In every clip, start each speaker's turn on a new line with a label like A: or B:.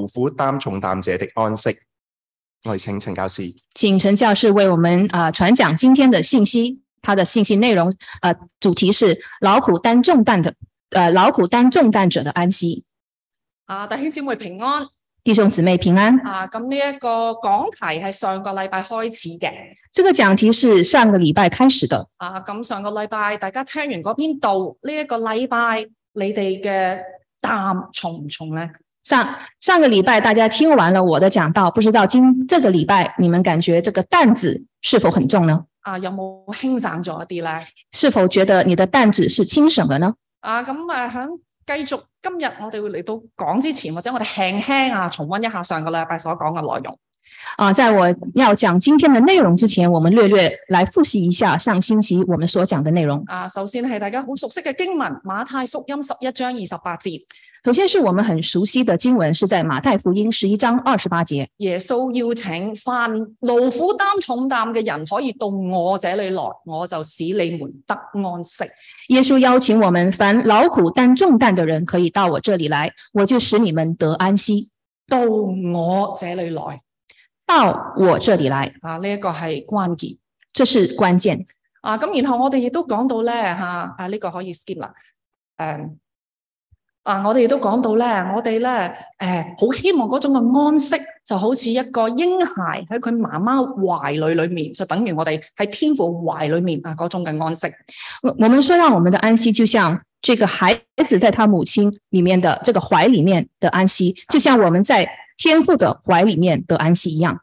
A: 勞苦擔重擔者的安息。我哋請陳教師。
B: 请陈教士为我们啊、呃传讲今天的信息。他的信息内容呃主题是劳苦担重担的呃劳苦担重担者的安息。
C: 啊，弟兄姊妹平安
B: 弟兄姊妹平安，
C: 啊！咁呢一個講題係上個禮拜開始嘅，
B: 这个讲題是上个禮拜開始的。
C: 啊咁上個禮拜大家聽完嗰篇道，呢、一個禮拜你哋嘅擔重唔重咧？
B: 上上个禮拜大家聽完了我的講道，不知道今这个禮拜你們感覺這個擔子是否很重呢？
C: 啊，有冇輕省咗一啲咧？
B: 是否覺得你的擔子是輕省了呢？
C: 啊，咁啊響繼續今日我哋會嚟到講之前，或者我哋輕輕啊重温一下上個禮拜所講嘅內容。
B: 啊，在我要講今天的內容之前，我們略略來複習一下上星期我們所講的內容。
C: 啊，首先係大家好熟悉嘅經文《馬太福音》十一章二十八節，
B: 首先是我們很熟悉的經文，是在馬太福音十一章二十八節。
C: 耶穌邀請凡勞苦擔重擔嘅人可以到我這裏來，我就使你們得安息。
B: 耶穌邀請我們，凡勞苦擔重擔的人可以到我這裡來，我就使你們得安息。
C: 到我這裏來
B: 到我這裡來，
C: 啊，呢、一個係關鍵
B: 這是關鍵。
C: 啊。咁然後我哋亦都講到咧嚇，啊呢、個可以 skip 啦，誒、啊，我哋亦都講到咧，我哋咧誒好希望嗰種嘅安息，就好似一個嬰孩喺佢媽媽懷裏裏面，就等於我哋喺天父懷裏面啊嗰種嘅安息。
B: 我我們說到我們的安息，就像這個孩子在他母親裡面的這個懷裡面的安息，就像我們在天父的懷裡面的安息一樣。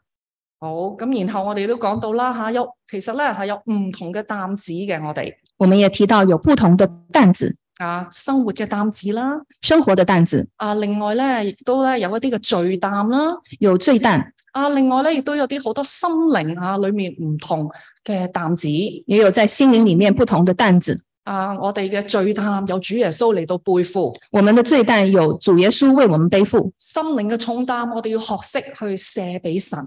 C: 好，咁然後我哋都講到啦吓，有其實咧係有唔同嘅擔子嘅，我哋
B: 我們也提到有不同的擔子，
C: 啊生活嘅擔子啦，
B: 生活的擔子，
C: 啊另外咧亦都咧有一啲嘅罪擔啦，
B: 有罪擔，
C: 啊另外咧亦都有啲好多心靈啊裏面唔同嘅擔子，
B: 也有在心靈裡面不同的擔子。
C: 啊我哋嘅罪擔有主耶穌嚟到背負，
B: 我們的罪擔有主耶穌為我們背負，
C: 心靈嘅重擔我哋要學識去卸俾神，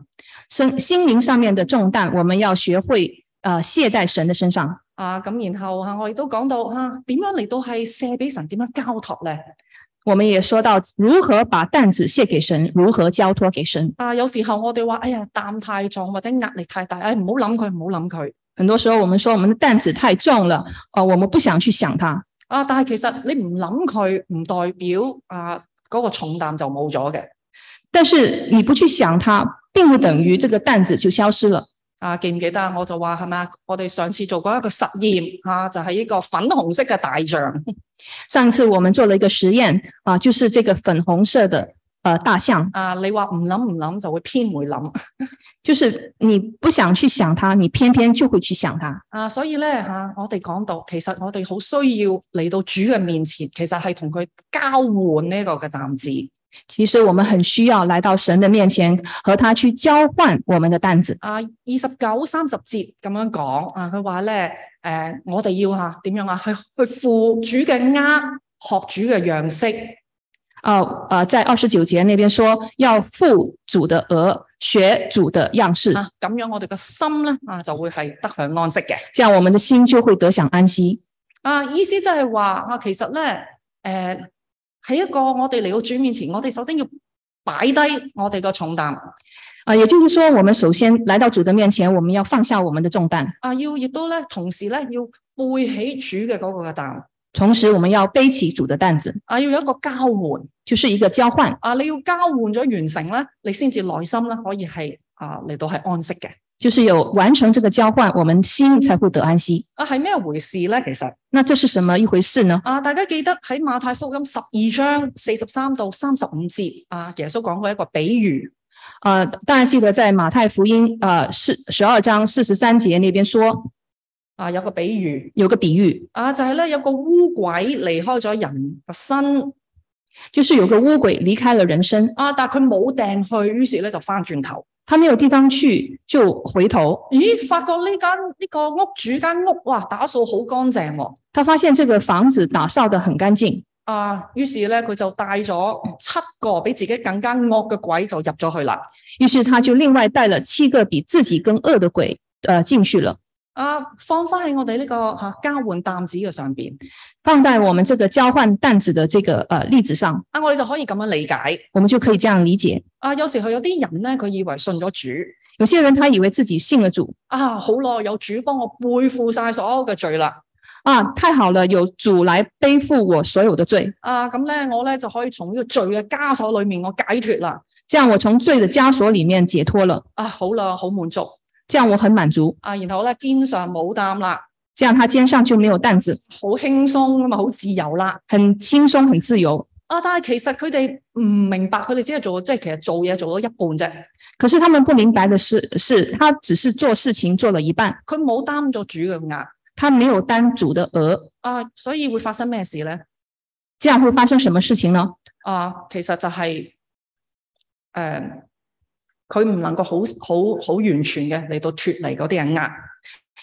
B: 身心靈上面的重擔，我們要學會呃卸在神的身上。
C: 啊咁然後啊我亦都講到啊點樣嚟到係卸俾神，點樣交託咧？
B: 我們也说到如何把担子卸给神，如何交托给神。
C: 啊，有時候我哋話：哎呀，擔太重或者壓力太大，哎，唔好諗佢，唔好諗佢。
B: 很多时候我们说我们的担子太重了，呃，我们不想去想它。
C: 啊，但係其實你唔諗佢，唔代表啊嗰、個重擔就冇咗嘅。
B: 但是你不去想它，并不等於这个担子就消失了。
C: 啊，記唔記得啊？我就話係咪啊？我哋上次做過一個實驗啊，就係、呢個粉紅色嘅大象。
B: 上次我们做了一个实验啊、就是这个粉红色的呃大象，
C: 啊，你話唔諗唔諗就會偏會諗。
B: 就是你不想去想它，你偏偏就会去想它。
C: 啊，所以咧嚇、啊我哋講到其實我哋好需要嚟到主嘅面前，其實係同佢交換呢個嘅擔子。
B: 其实我们很需要来到神的面前，和他去交换我们的担子。
C: 啊，二十九、三十節咁樣講啊，佢話咧，誒、我哋要啊點樣啊，去去負主嘅軛，學主嘅樣式。
B: 哦，呃，在二十九节那边说要负主的额，学主的样式，
C: 啊，咁樣我哋個心咧啊就會係得享安息嘅。
B: 这样我们的心就會得享安息。
C: 啊，意思即係話啊，其實咧，誒、喺一個我哋嚟到主面前，我哋首先要擺低我哋個重擔，
B: 啊、也就是说，我们首先来到主的面前，我们要放下我们的重擔，
C: 啊，要亦都咧，同時咧要背起主嘅嗰個嘅擔，
B: 同時我們要背起主的擔子，
C: 啊，要有一個交換。
B: 就是一个交換。
C: 啊，你要交換咗完成咧，你先至內心咧可以係啊嚟到係安息嘅。
B: 就是有完成这个交換，我們心才會得安息。
C: 啊，係咩回事咧？其實
B: 那這是什麼一回事呢？
C: 啊，大家記得喺馬太福音十二章四十三到三十五節啊，耶穌講過一個比喻
B: 呃，大家記得在馬太福音呃四十二章四十三節那邊說，
C: 啊，有個比喻
B: 有個比喻，
C: 啊，就係、咧有個烏鬼離開咗人個身
B: 就是有個烏鬼離開了人身，
C: 啊，但係佢冇掟去，於是咧就翻轉頭。
B: 他沒有地方去，就回頭。
C: 咦，發覺呢間呢個屋主間屋哇打掃好乾淨喎、
B: 他發現這個房子打掃得很乾淨，
C: 啊，於是咧佢就帶咗七個比自己更加惡嘅鬼就入咗去啦。
B: 於是他就另外帶了七個比自己更惡的鬼，呃，進去了。
C: 啊，啊放翻喺我哋呢、個吓、啊交換擔子嘅上邊
B: 放在我们这个交换担子的这个呃例子上，
C: 啊，我哋就可以咁樣理解。
B: 我们就可以这样理解：
C: 啊，有時佢有啲人咧，佢以為信咗主
B: 有些人他以为自己信了主
C: 啊，好耐有主幫我背負晒所有嘅罪啦，
B: 啊，太好了，有主来背负我所有的罪，
C: 啊咁咧我咧就可以從呢個罪嘅枷鎖裡面我解脱啦，
B: 这样我从罪的枷鎖里面解脱了，
C: 啊好啦，好滿足
B: 这样我很满足，
C: 啊，然後咧肩上冇擔啦，
B: 这样他肩上就没有担子，
C: 好輕鬆咁啊，好自由啦。
B: 很轻松，很自由。
C: 啊！但係其實佢哋唔明白，佢哋只係做，即係其實做嘢做咗一半啫。
B: 可是他们不明白的是，是他只是做事情做了一半，
C: 佢冇擔咗主嘅壓
B: 他没有担主的额，
C: 啊，所以會發生咩事咧？
B: 这样会发生什么事情呢？
C: 啊，其實就係、呃佢唔能夠好好好完全嘅嚟到脱離嗰啲嘅壓，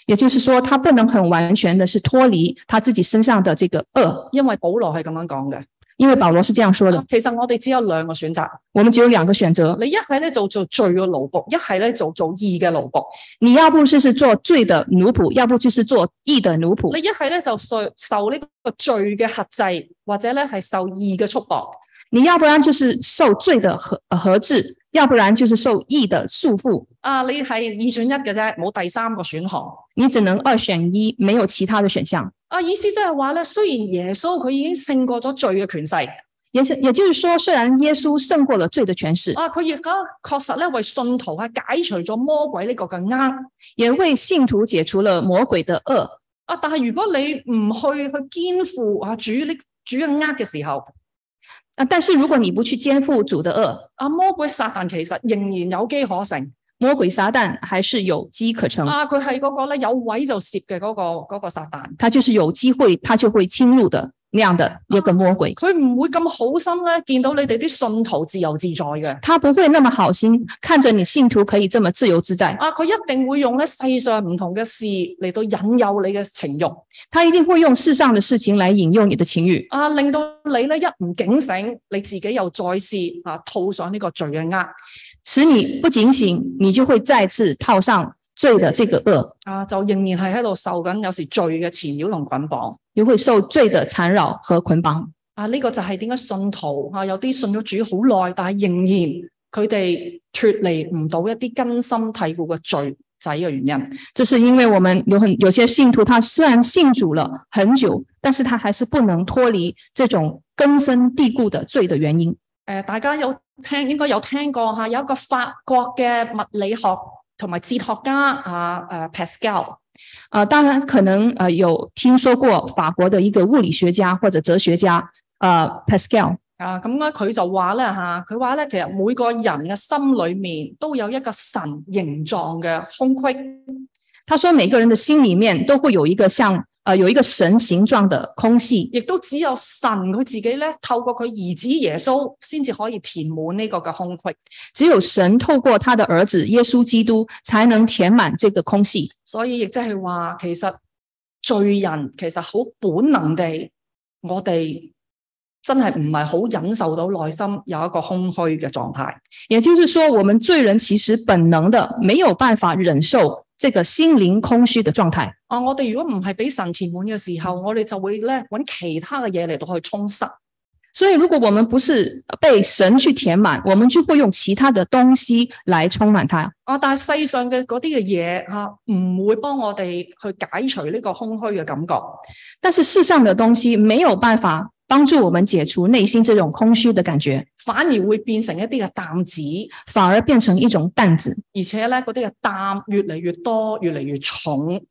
B: 也就是说，他不能很完全的是脱离他自己身上的这个恶，
C: 因為保羅係咁樣講嘅。
B: 因为保罗是这样说
C: 啊
B: 的：
C: 其實我哋只有兩個選擇，
B: 我们只有两个选择，
C: 你一係咧就做罪嘅奴仆，一係咧就做義嘅奴仆。
B: 你要不就是做罪的奴仆，要不就是做义的奴仆
C: 你，一係咧就受受呢個罪嘅轄制，或者咧係受義嘅束縛。
B: 你要不然就是受罪的合合制，要不然就是受义的束缚，
C: 啊，你係二選一嘅啫，冇第三個選項。
B: 你只能二选一，没有其他的选项。
C: 啊，意思即係話咧，雖然耶穌佢已經勝過咗罪嘅權勢，
B: 也是，也就是说，虽然耶稣胜过了罪的权势，
C: 啊，佢而家確實咧為信徒啊解除咗魔鬼呢個嘅呃啱。
B: 也为信徒解除了魔鬼的恶。
C: 啊，但係如果你唔去去肩負啊主呢主嘅呃嘅時候，
B: 啊，但是如果你不去肩负主的恶，
C: 啊魔鬼撒旦其實仍然有機可乘。
B: 魔鬼撒旦还是有机可乘，
C: 啊，佢係嗰個咧有位就攝嘅嗰個嗰、個撒旦，
B: 他就是有机会，他就会侵入的那样的一个魔鬼。
C: 佢唔會咁好心咧見到你哋啲信徒自由自在嘅。
B: 他不会那么好心看着你信徒可以这么自由自在，
C: 啊！佢一定會用咧世上唔同嘅事嚟到引誘你嘅情慾，
B: 他一定会用世上的事情来引诱你的情欲，
C: 啊，令到你咧一唔警醒，你自己又再試啊套上呢個罪嘅呃，
B: 使你不警醒，你就会再次套上罪的这个恶，
C: 啊就仍然係喺度受緊有時罪嘅纏繞同捆綁。
B: 也会受罪的缠绕和捆綁。
C: 啊，呢、個就係點解信徒啊有啲信咗主好耐，但係仍然佢哋脱離唔到一啲根深蒂固嘅罪，就係呢個原因。
B: 这是因为我们有很有些信徒，他虽然信主了很久，但是他还是不能脱离这种根深蒂固的罪的原因。
C: 诶、大家有聽應該有聽過吓、有一個法國嘅物理學同埋哲學家啊诶、Pascal。
B: 呃，当然可能呃有听说过法国的一个物理学家或者哲学家呃 Pascal，
C: 啊，咁咧佢就話咧吓，佢話咧其實每個人嘅心裏面都有一個神形狀嘅空隙，
B: 他说每个人的心里面都会有一个像呃有一个神形状的空隙，
C: 亦都只有神佢自己咧透過佢兒子耶穌先至可以填滿呢個嘅空隙。
B: 只有神透过他的儿子耶稣基督才能填满这个空隙。
C: 所以亦即係話，其實罪人其實好本能地，我哋真係唔係好忍受到內心有一個空虛嘅狀態。
B: 也就是说，我们罪人其实本能的没有办法忍受这个心灵空虚的状态。
C: 啊，我哋如果唔係俾神填滿嘅時候，我哋就會咧揾其他嘅嘢嚟到去充塞。
B: 所以，如果我们不是被神去填满，我们就会用其他的东西来充满它。
C: 啊！但係世上嘅嗰啲嘅嘢啊，唔會幫我哋去解除呢個空虛嘅感覺。
B: 但是，世上的東西没有办法帮助我们解除内心这种空虚的感覺，
C: 反而會變成一啲嘅擔子，
B: 反而變成一種擔子，
C: 而且咧嗰啲嘅擔越嚟越多，越嚟越重。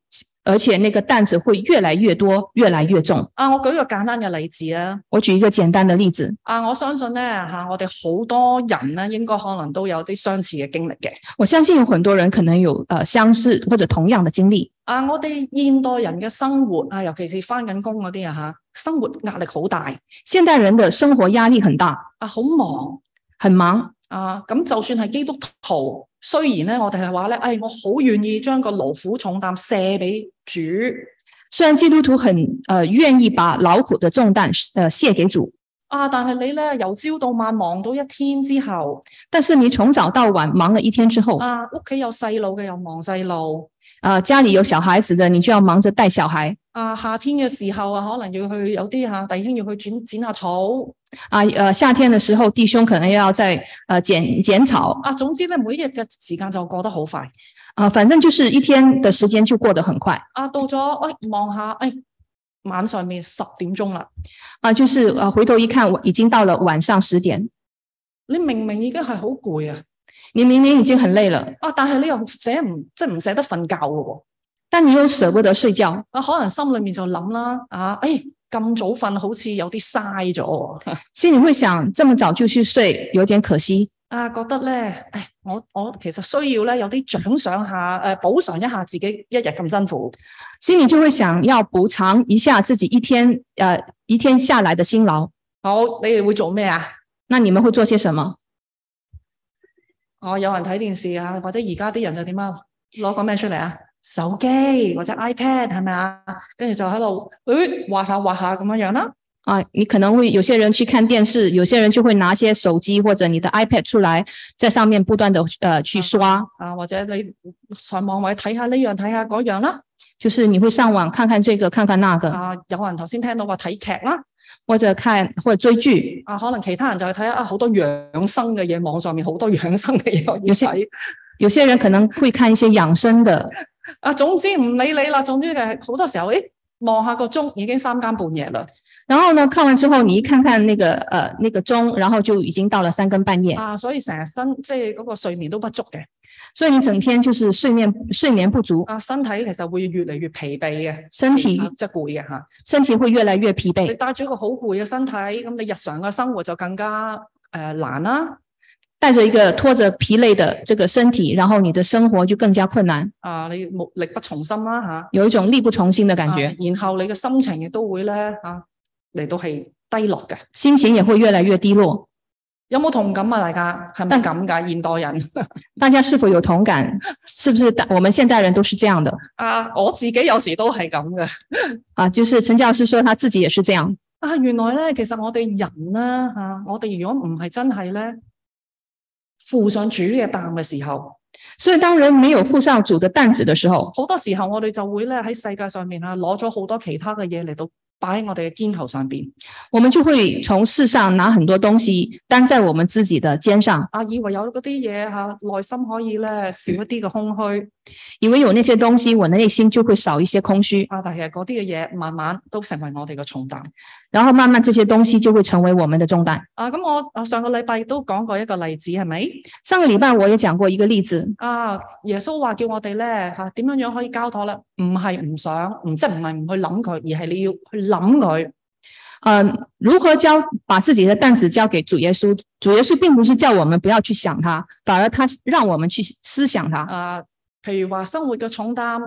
B: 而且那个擔子会越來越多，越來越重。
C: 啊！我舉個簡單嘅例子啊，
B: 我舉一個簡單的例子，
C: 啊！我相信咧嚇、我哋好多人咧應該可能都有啲相似嘅經歷嘅。
B: 我相信有很多人可能有呃相似或者同樣的經歷。
C: 啊！我哋現代人嘅生活啊，尤其是翻緊工嗰啲啊嚇，生活壓力好大
B: 現代人的生活壓力很大，
C: 啊，好忙。
B: 很忙，
C: 啊，咁就算係基督徒，雖然咧我哋係話咧，哎，我好願意將個勞苦重擔卸俾主，
B: 虽然基督徒很呃愿意把劳苦的重担呃卸给主，
C: 啊，但係你咧由朝到晚忙到一天之後，啊
B: 但是你从早到晚忙了一天之后，
C: 啊，屋企有細路嘅又忙細路，
B: 呃，家里有小孩子的，你就要忙着带小孩
C: 啊，夏天嘅時候啊，可能要去有啲啊吓弟兄要去剪剪下草
B: 啊。呃，夏天的时候，弟兄可能要在呃剪剪草
C: 啊。總之咧，每一日嘅時間就過得好快
B: 啊、反正就是一天的时间就过得很快
C: 啊。到咗喂望下，哎晚上面十點鐘啦，
B: 啊、就是呃回头一看，我已经到了晚上十点，
C: 你明明已經係好攰啊，
B: 你明明已经很累了，
C: 啊但係你又捨唔即係唔捨得瞓覺嘅喎。
B: 但你又舍不得睡觉，
C: 啊，可能心裏面就諗啦，啊，哎咁早瞓好似有啲嘥咗喎，
B: 心里会想这么早就去睡有点可惜
C: 啊覺得咧，唉，我我其實需要咧有啲獎賞下，诶、補償一下自己一日咁辛苦。
B: 心里就会想要补偿一下自己一天呃一天下来的辛劳。
C: 好，你哋會做咩啊？
B: 那你们会做些什么？
C: 哦，有人睇電視啊，或者而家啲人就點啊？攞個咩出嚟啊？手機或者 iPad 係咪啊？跟住就喺度，诶、畫下畫下咁樣樣啦。
B: 啊，你可能会有些人去看电视，有些人就会拿些手机或者你的 iPad 出来，在上面不断的呃去刷，
C: 啊，或者你上網位睇下呢樣睇下嗰樣啦。
B: 就是你会上網看看這個看看那個，
C: 啊，有人頭先聽到話睇劇啦。
B: 或者看或者追劇。
C: 啊，可能其他人就去睇下啊，好多養生嘅嘢，網上面好多養生嘅嘢可以
B: 有些
C: 睇。
B: 有些人可能會看一些養生的，
C: 啊，總之唔理你啦，總之嘅好多時候，誒望下個鐘已經三更半夜啦。
B: 然後呢看完之後，你一看看那個呃那個鐘，然後就已經到了三更半夜，
C: 啊，所以成日身即係嗰個睡眠都不足嘅，
B: 所以你整天就是睡眠睡眠不足，
C: 啊，身體其實會越嚟越疲憊嘅，
B: 身體
C: 啊即係攰嘅嚇。
B: 身體會越來越疲
C: 你
B: 憊，
C: 帶咗一個好攰嘅身體，咁你日常嘅生活就更加誒、呃、難啦。
B: 帶着一個拖着疲累的這個身體，然後你的生活就更加困難，
C: 啊，你冇力不從心啦嚇。
B: 有一種力不從心的感
C: 啊
B: 覺，
C: 然後你嘅心情亦都會咧嚇嚟到係低落嘅。
B: 心情也會越來越低落。
C: 有冇同感啊？大家係咪咁㗎？現代人
B: 大家是否有同感？是不是大我們現代人都是這樣的
C: 啊，我自己有時都係咁嘅。
B: 啊？就是陳教師說他自己也是這樣。
C: 啊，原來咧，其實我哋人咧嚇、啊我哋如果唔係真係咧負上主嘅擔嘅時候，
B: 所以当人没有付上主的担子的時候，
C: 好多時候我哋就會咧喺世界上面啊攞咗好多其他嘅嘢嚟到擺喺我哋嘅肩頭上邊
B: 我們就會從世上拿很多東西擔在我們自己的肩上，
C: 啊，以為有嗰啲嘢嚇內心可以咧少一啲嘅空虛
B: 以為有那些東西，我的內心就會少一些空虛，
C: 啊，但係其實嗰啲嘅嘢慢慢都成為我哋嘅重擔。
B: 然後慢慢這些東西就會成為我們的重擔。
C: 啊，咁我啊上個禮拜亦都講過一個例子，係咪？
B: 上個禮拜我也講過一個例子，
C: 啊，耶穌話叫我哋咧吓，點樣樣可以交託咧？唔係唔想，唔即係唔係唔去諗佢，而係你要去諗佢。
B: 嗯，如何交把自己的擔子交給主耶穌？主耶穌並不是叫我們不要去想他，反而他讓我們去思想他，
C: 啊，譬如話生活嘅重擔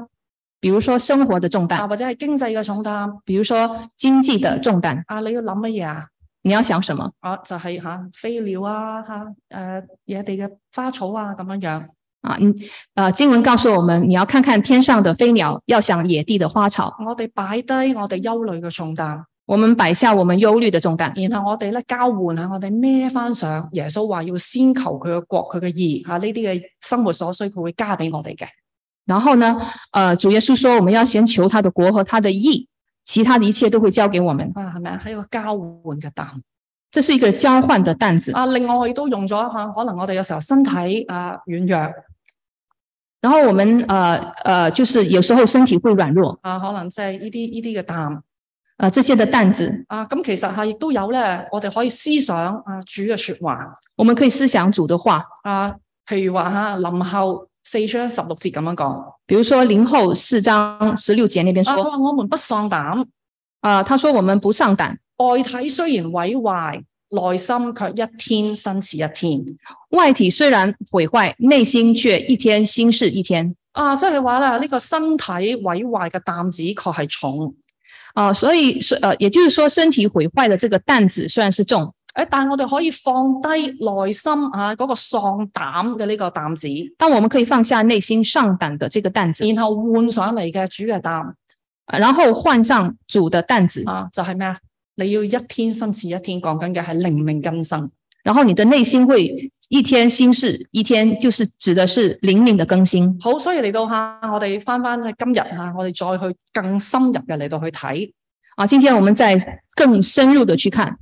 B: 比如說生活的重
C: 啊，
B: 擔，
C: 或者係經濟嘅重擔
B: 比如說經濟的重擔，
C: 啊，你要諗乜嘢啊？
B: 你要想什麼？
C: 啊，就係吓飛鳥啊，吓誒野地嘅花草啊，咁樣樣
B: 啊，你呃，经文告诉我们，你要看看天上的飞鸟，要想野地的花草。
C: 我哋擺低我哋憂慮嘅重擔，
B: 我们摆下我们忧虑的重担，
C: 然後我哋咧交換下，我哋孭翻上。耶穌話要先求佢嘅國，佢嘅義啊，呢啲嘅生活所需，佢會加俾我哋嘅。
B: 然后呢，呃，主耶稣说，我们要先求他的国和他的义，其他的一切都会交给我们。
C: 啊，係咪啊？係一個交換嘅擔。
B: 这是一个交换的担子。
C: 啊，另外我亦都用咗吓，可能我哋有時候身體啊軟弱
B: 然后我们呃呃，就是有时候身体会软弱，
C: 啊，可能即係呢啲呢啲嘅擔
B: 呃，这些的担子，
C: 啊，咁其實吓亦都有咧，我哋可以思想啊主嘅说話
B: 我们可以思想主的话，
C: 啊，譬如話吓林後四章十六節咁樣講
B: 比如说林后四章十六节那边
C: 啊，佢
B: 说，
C: 話我們不喪膽，
B: 呃，他说我们不上胆，
C: 外體雖然毀壞，內心卻一天新似一天。
B: 外体虽然毁坏，内心却一天新事一天。
C: 啊，即係話咧，呢、個身體毀壞嘅擔子確係重，
B: 啊、所以是呃，也就是说，身体毁坏的这个担子虽然是重，
C: 诶，但係我哋可以放低內心啊嗰、個喪膽嘅呢個擔子，
B: 但我们可以放下内心上胆的这个担子，
C: 然後換上嚟嘅主嘅擔
B: 呃然后换上主的担子，
C: 啊，就係咩啊？你要一天新似一天，講緊嘅係靈命更新
B: 然后你的内心会一天新事，一天就是指的是灵命的更新。
C: 好，所以嚟到吓，我哋翻翻去今日吓，我哋再去更深入嘅嚟到去睇
B: 啊，今天我们再更深入的去看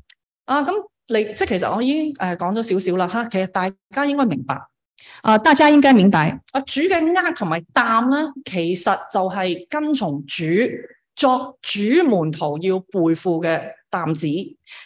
C: 啊。咁你即系其實我已經诶讲咗少少啦吓，其實大家應該明白
B: 啊，大家應該明白
C: 啊，主嘅呃同埋擔咧，其實就係跟從主作主門徒要背負嘅擔子。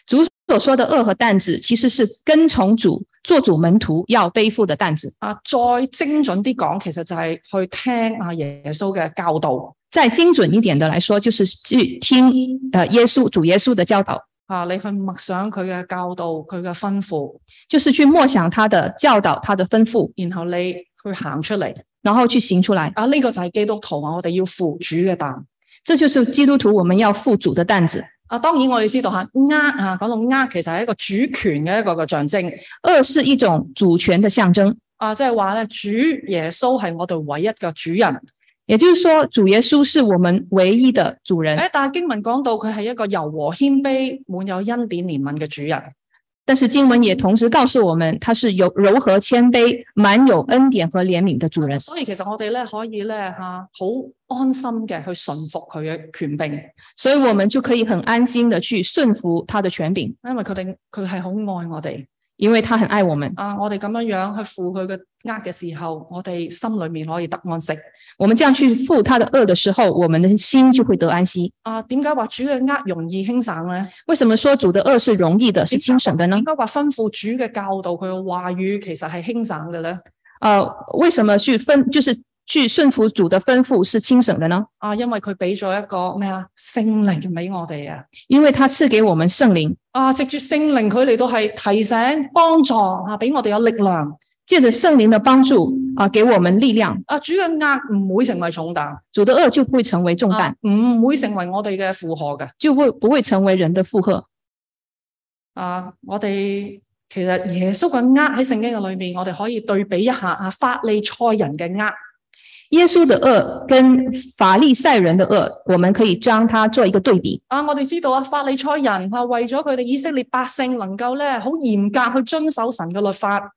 B: 主所说的恶和担子，其实是跟从主做主门徒要背负的担子。
C: 啊，再精準啲講，其實就係去聽啊耶穌嘅教導
B: 再精准一点的来说，就是去听呃耶穌主耶穌的教導，
C: 啊，你去默想佢嘅教導、佢嘅吩咐，
B: 就是去默想他的教導、他的吩咐，
C: 然後你去行出嚟
B: 然後去行出來。
C: 啊，呢、個就係基督徒啊，我哋要負主嘅擔
B: 这就是基督徒我們要负主的担子。
C: 啊。當然我哋知道嚇，呃啊講到呃，其實係一個主權嘅一個嘅象徵
B: 恶是一種主權的象徵，
C: 啊，即係話咧，主耶穌係我哋唯一嘅主人。
B: 也就是說，主耶穌是我們唯一的主人。
C: 誒，但係經文講到佢係一個柔和謙卑、滿有恩典憐憫嘅主人。
B: 但是经文也同时告诉我们，他是有柔和、谦卑、满有恩典和怜悯的主人。
C: 所以其實我哋咧可以咧嚇好安心嘅去順服佢嘅權柄，
B: 所以我们就可以很安心的去順服他的權柄，
C: 因為佢哋佢係好愛我哋
B: 因為他很愛我们。
C: 啊！我哋咁樣樣去負佢嘅呃嘅時候，我哋心裏面可以得安息
B: 我们这样去负他的恶的时候，我们的心就会得安息。
C: 啊！點解話主嘅呃容易輕省咧？
B: 为什么說主的恶是容易的，是轻省的呢
C: 點？解話吩咐主嘅教導佢嘅話語其實係輕省嘅咧？
B: 呃，为什么去分就是去順服主的吩咐是轻省的呢？
C: 啊，因為佢俾咗一個咩啊聖靈俾我哋啊！
B: 因為他賜給我們聖靈，
C: 啊，藉住聖靈佢嚟到係提醒、幫助啊，俾我哋有力量
B: 借着聖靈的幫助啊、给我们力量，
C: 啊！主嘅呃唔會成為重擔。
B: 主的恶就不会成为重
C: 啊
B: 担，
C: 唔會成為我哋嘅負荷嘅。
B: 就会不会成为人的負荷。
C: 啊，我哋其實耶穌嘅呃喺聖經嘅裏面，我哋可以對比一下啊，法利賽人嘅呃
B: 耶稣的恶跟法利赛人的恶，我们可以将它做一个对比。
C: 啊，我哋知道啊，法利賽人啊為咗佢哋以色列百姓能夠咧好嚴格去遵守神嘅律法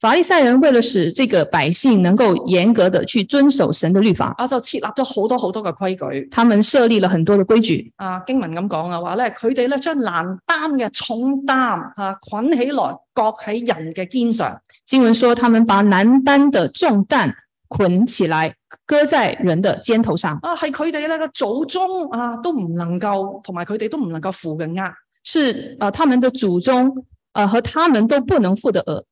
B: 法利赛人为了使这个百姓能够严格的去遵守神的律法，
C: 啊，就設立咗好多好多嘅規矩
B: 他们设立了很多的规矩。
C: 啊。經文咁講啊，話咧佢哋咧將難擔嘅重擔啊捆起來，擱喺人嘅肩上
B: 经文说，他们把男担的重担捆起来，搁在人的肩头上，
C: 啊，係佢哋咧嘅祖宗啊都唔能夠，同埋佢哋都唔能夠負嘅呃。
B: 是呃他们的祖宗呃和他们都不能负的恶。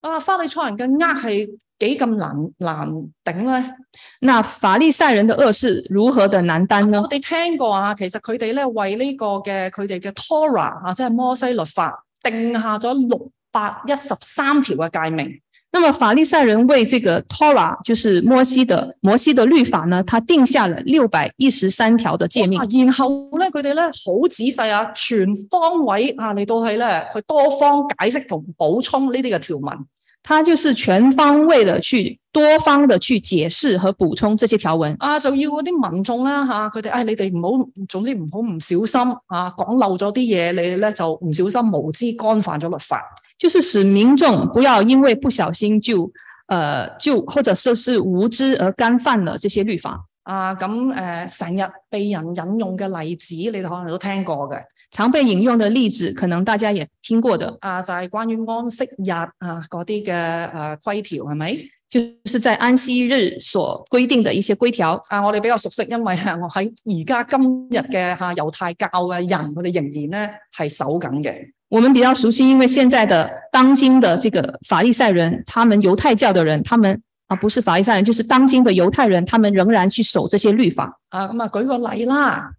C: 啊，法利賽人嘅呃係幾咁難難頂咧？
B: 那法利赛人的恶是如何的难担呢
C: 我？哋聽過啊，其實佢哋咧為呢個嘅佢哋嘅 Torah 啊，即係摩西律法，定下咗六百一十三條嘅誡命。
B: 那么法利赛人为这个 Torah，就是摩西的摩西的律法呢，他定下了六百一十三条的诫命
C: 啊，，然後咧佢哋咧好仔細啊，全方位啊嚟到係咧去多方解釋同補充呢啲嘅條文。
B: 他就是全方位的去多方的去解释和补充这些条文，
C: 啊，就要嗰啲民眾啦嚇，佢哋唉，你哋唔好，總之唔好唔小心啊，講漏咗啲嘢，你咧就唔小心無知干犯咗律法。
B: 就是使民众不要因为不小心就呃就或者说是无知而干犯了这些律法。
C: 啊，咁誒成日被人引用嘅例子，你哋可能都聽過嘅。
B: 常被引用的例子，可能大家也听过的，
C: 啊，就係、關於安息日啊嗰啲嘅誒規條係咪？
B: 就是在安息日所规定的一些规条。
C: 啊，我哋比較熟悉，因為啊我喺而家今日嘅嚇猶太教嘅人，佢哋仍然咧係守緊嘅。
B: 我们比较熟悉，因为现在的当今的这个法利赛人，他们犹太教的人，他们啊不是法利赛人，就是当今的犹太人，他们仍然去守这些律法。
C: 啊，咁啊舉個例啦，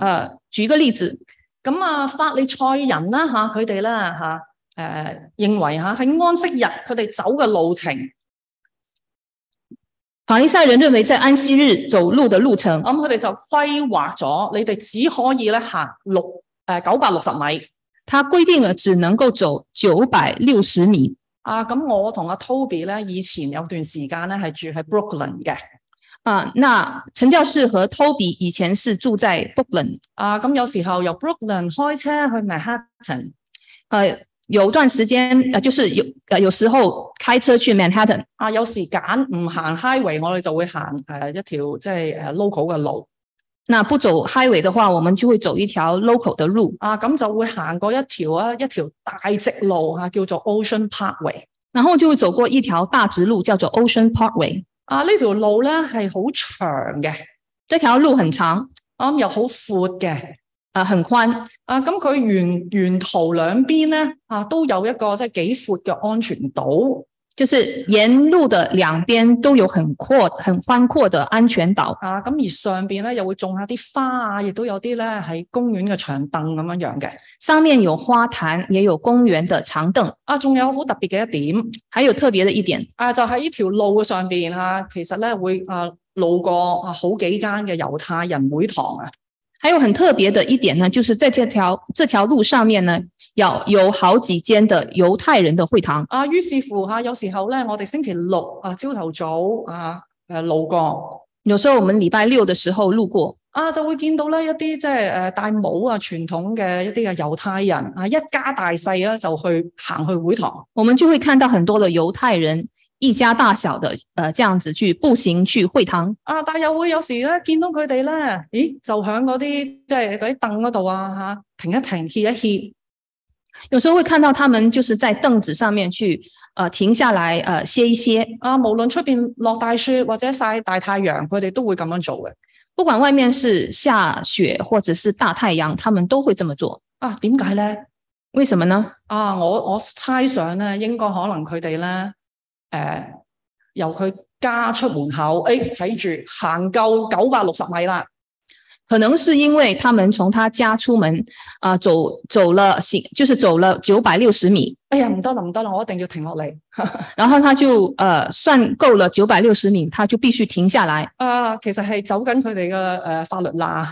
B: 呃，举一个例子，
C: 咁啊法利賽人啦嚇，佢哋啦嚇誒認為嚇喺安息日佢哋走嘅路程，
B: 法利赛人认为在安息日走路的路程，
C: 咁佢哋就規劃咗，你哋只可以咧行六誒九百六十米。
B: 他规定了只能够走九百六十米。
C: 啊，咁我同阿 Toby 咧，以前有段時間咧係住喺 Brooklyn 嘅。
B: 啊、那陈教士和 Toby 以前是住在 Brooklyn，
C: 啊，咁有時候由 Brooklyn 開車去 Manhattan，
B: 呃，有段时间，呃，就是有呃有时候开车去 Manhattan，
C: 啊，有時揀唔行 highway，我哋就會行呃誒一條即係誒 local 嘅路
B: 那不走 highway 的话，我们就会走一條 local 的路。
C: 啊，咁就會行過一條啊一條大直路啊，叫做 Ocean Parkway
B: 然后就会走过一条大直路，叫做 Ocean Parkway。
C: 啊，呢條路咧係好長嘅，
B: 这条路很长，
C: 啊又好闊嘅。
B: 呃，很寬，
C: 啊，咁佢沿沿途兩邊咧啊，都有一個即係幾闊嘅安全島
B: 就是沿路的兩邊都有很闊、很寬闊的安全島。
C: 啊，咁而上邊咧又會種下啲花啊，亦都有啲咧係公園嘅長凳咁樣樣嘅。
B: 上面有花坛，也有公園的長凳。
C: 啊，仲有好特別嘅一點
B: 还有特别的一點，
C: 啊，就喺呢條路嘅上邊啊，其實咧會啊路過啊好幾間嘅猶太人會堂啊，
B: 还有很特别的一點呢，就是在这条这条路上面呢，要有好幾間的猶太人的會堂。
C: 啊於是乎嚇、啊有時候咧我哋星期六啊朝頭早啊誒路過
B: 有時候我們禮拜六的時候路過，
C: 啊就會見到咧一啲即係誒戴帽啊傳統嘅一啲嘅猶太人啊一家大細咧就去行去會堂
B: 我們就會看到很多的猶太人一家大小的，呃，這樣子去步行去會堂。
C: 啊，但又會有時咧見到佢哋咧，咦就喺嗰啲即係嗰啲凳嗰度啊嚇停一停歇一歇。
B: 有時候會看到他們就是在凳子上面去，呃，停下來，呃，歇一歇。
C: 啊，無論出邊落大雪或者曬大太陽，佢哋都會咁樣做嘅。
B: 不管外面是下雪或者是大太陽，他們都會這麼做。
C: 啊，點解咧？
B: 為什麼呢？
C: 啊，我我猜想咧，應該可能佢哋咧，誒、由佢家出門口，誒睇住行夠九百六十米啦，
B: 可能是因為他們從他家出門，啊、走走了行，就是走了九百六十米，
C: 哎呀唔得啦唔得啦，我一定要停落嚟。
B: 然后他就呃算夠了九百六十米，他就必須停下來，
C: 啊，其實係走緊佢哋嘅誒法律罅。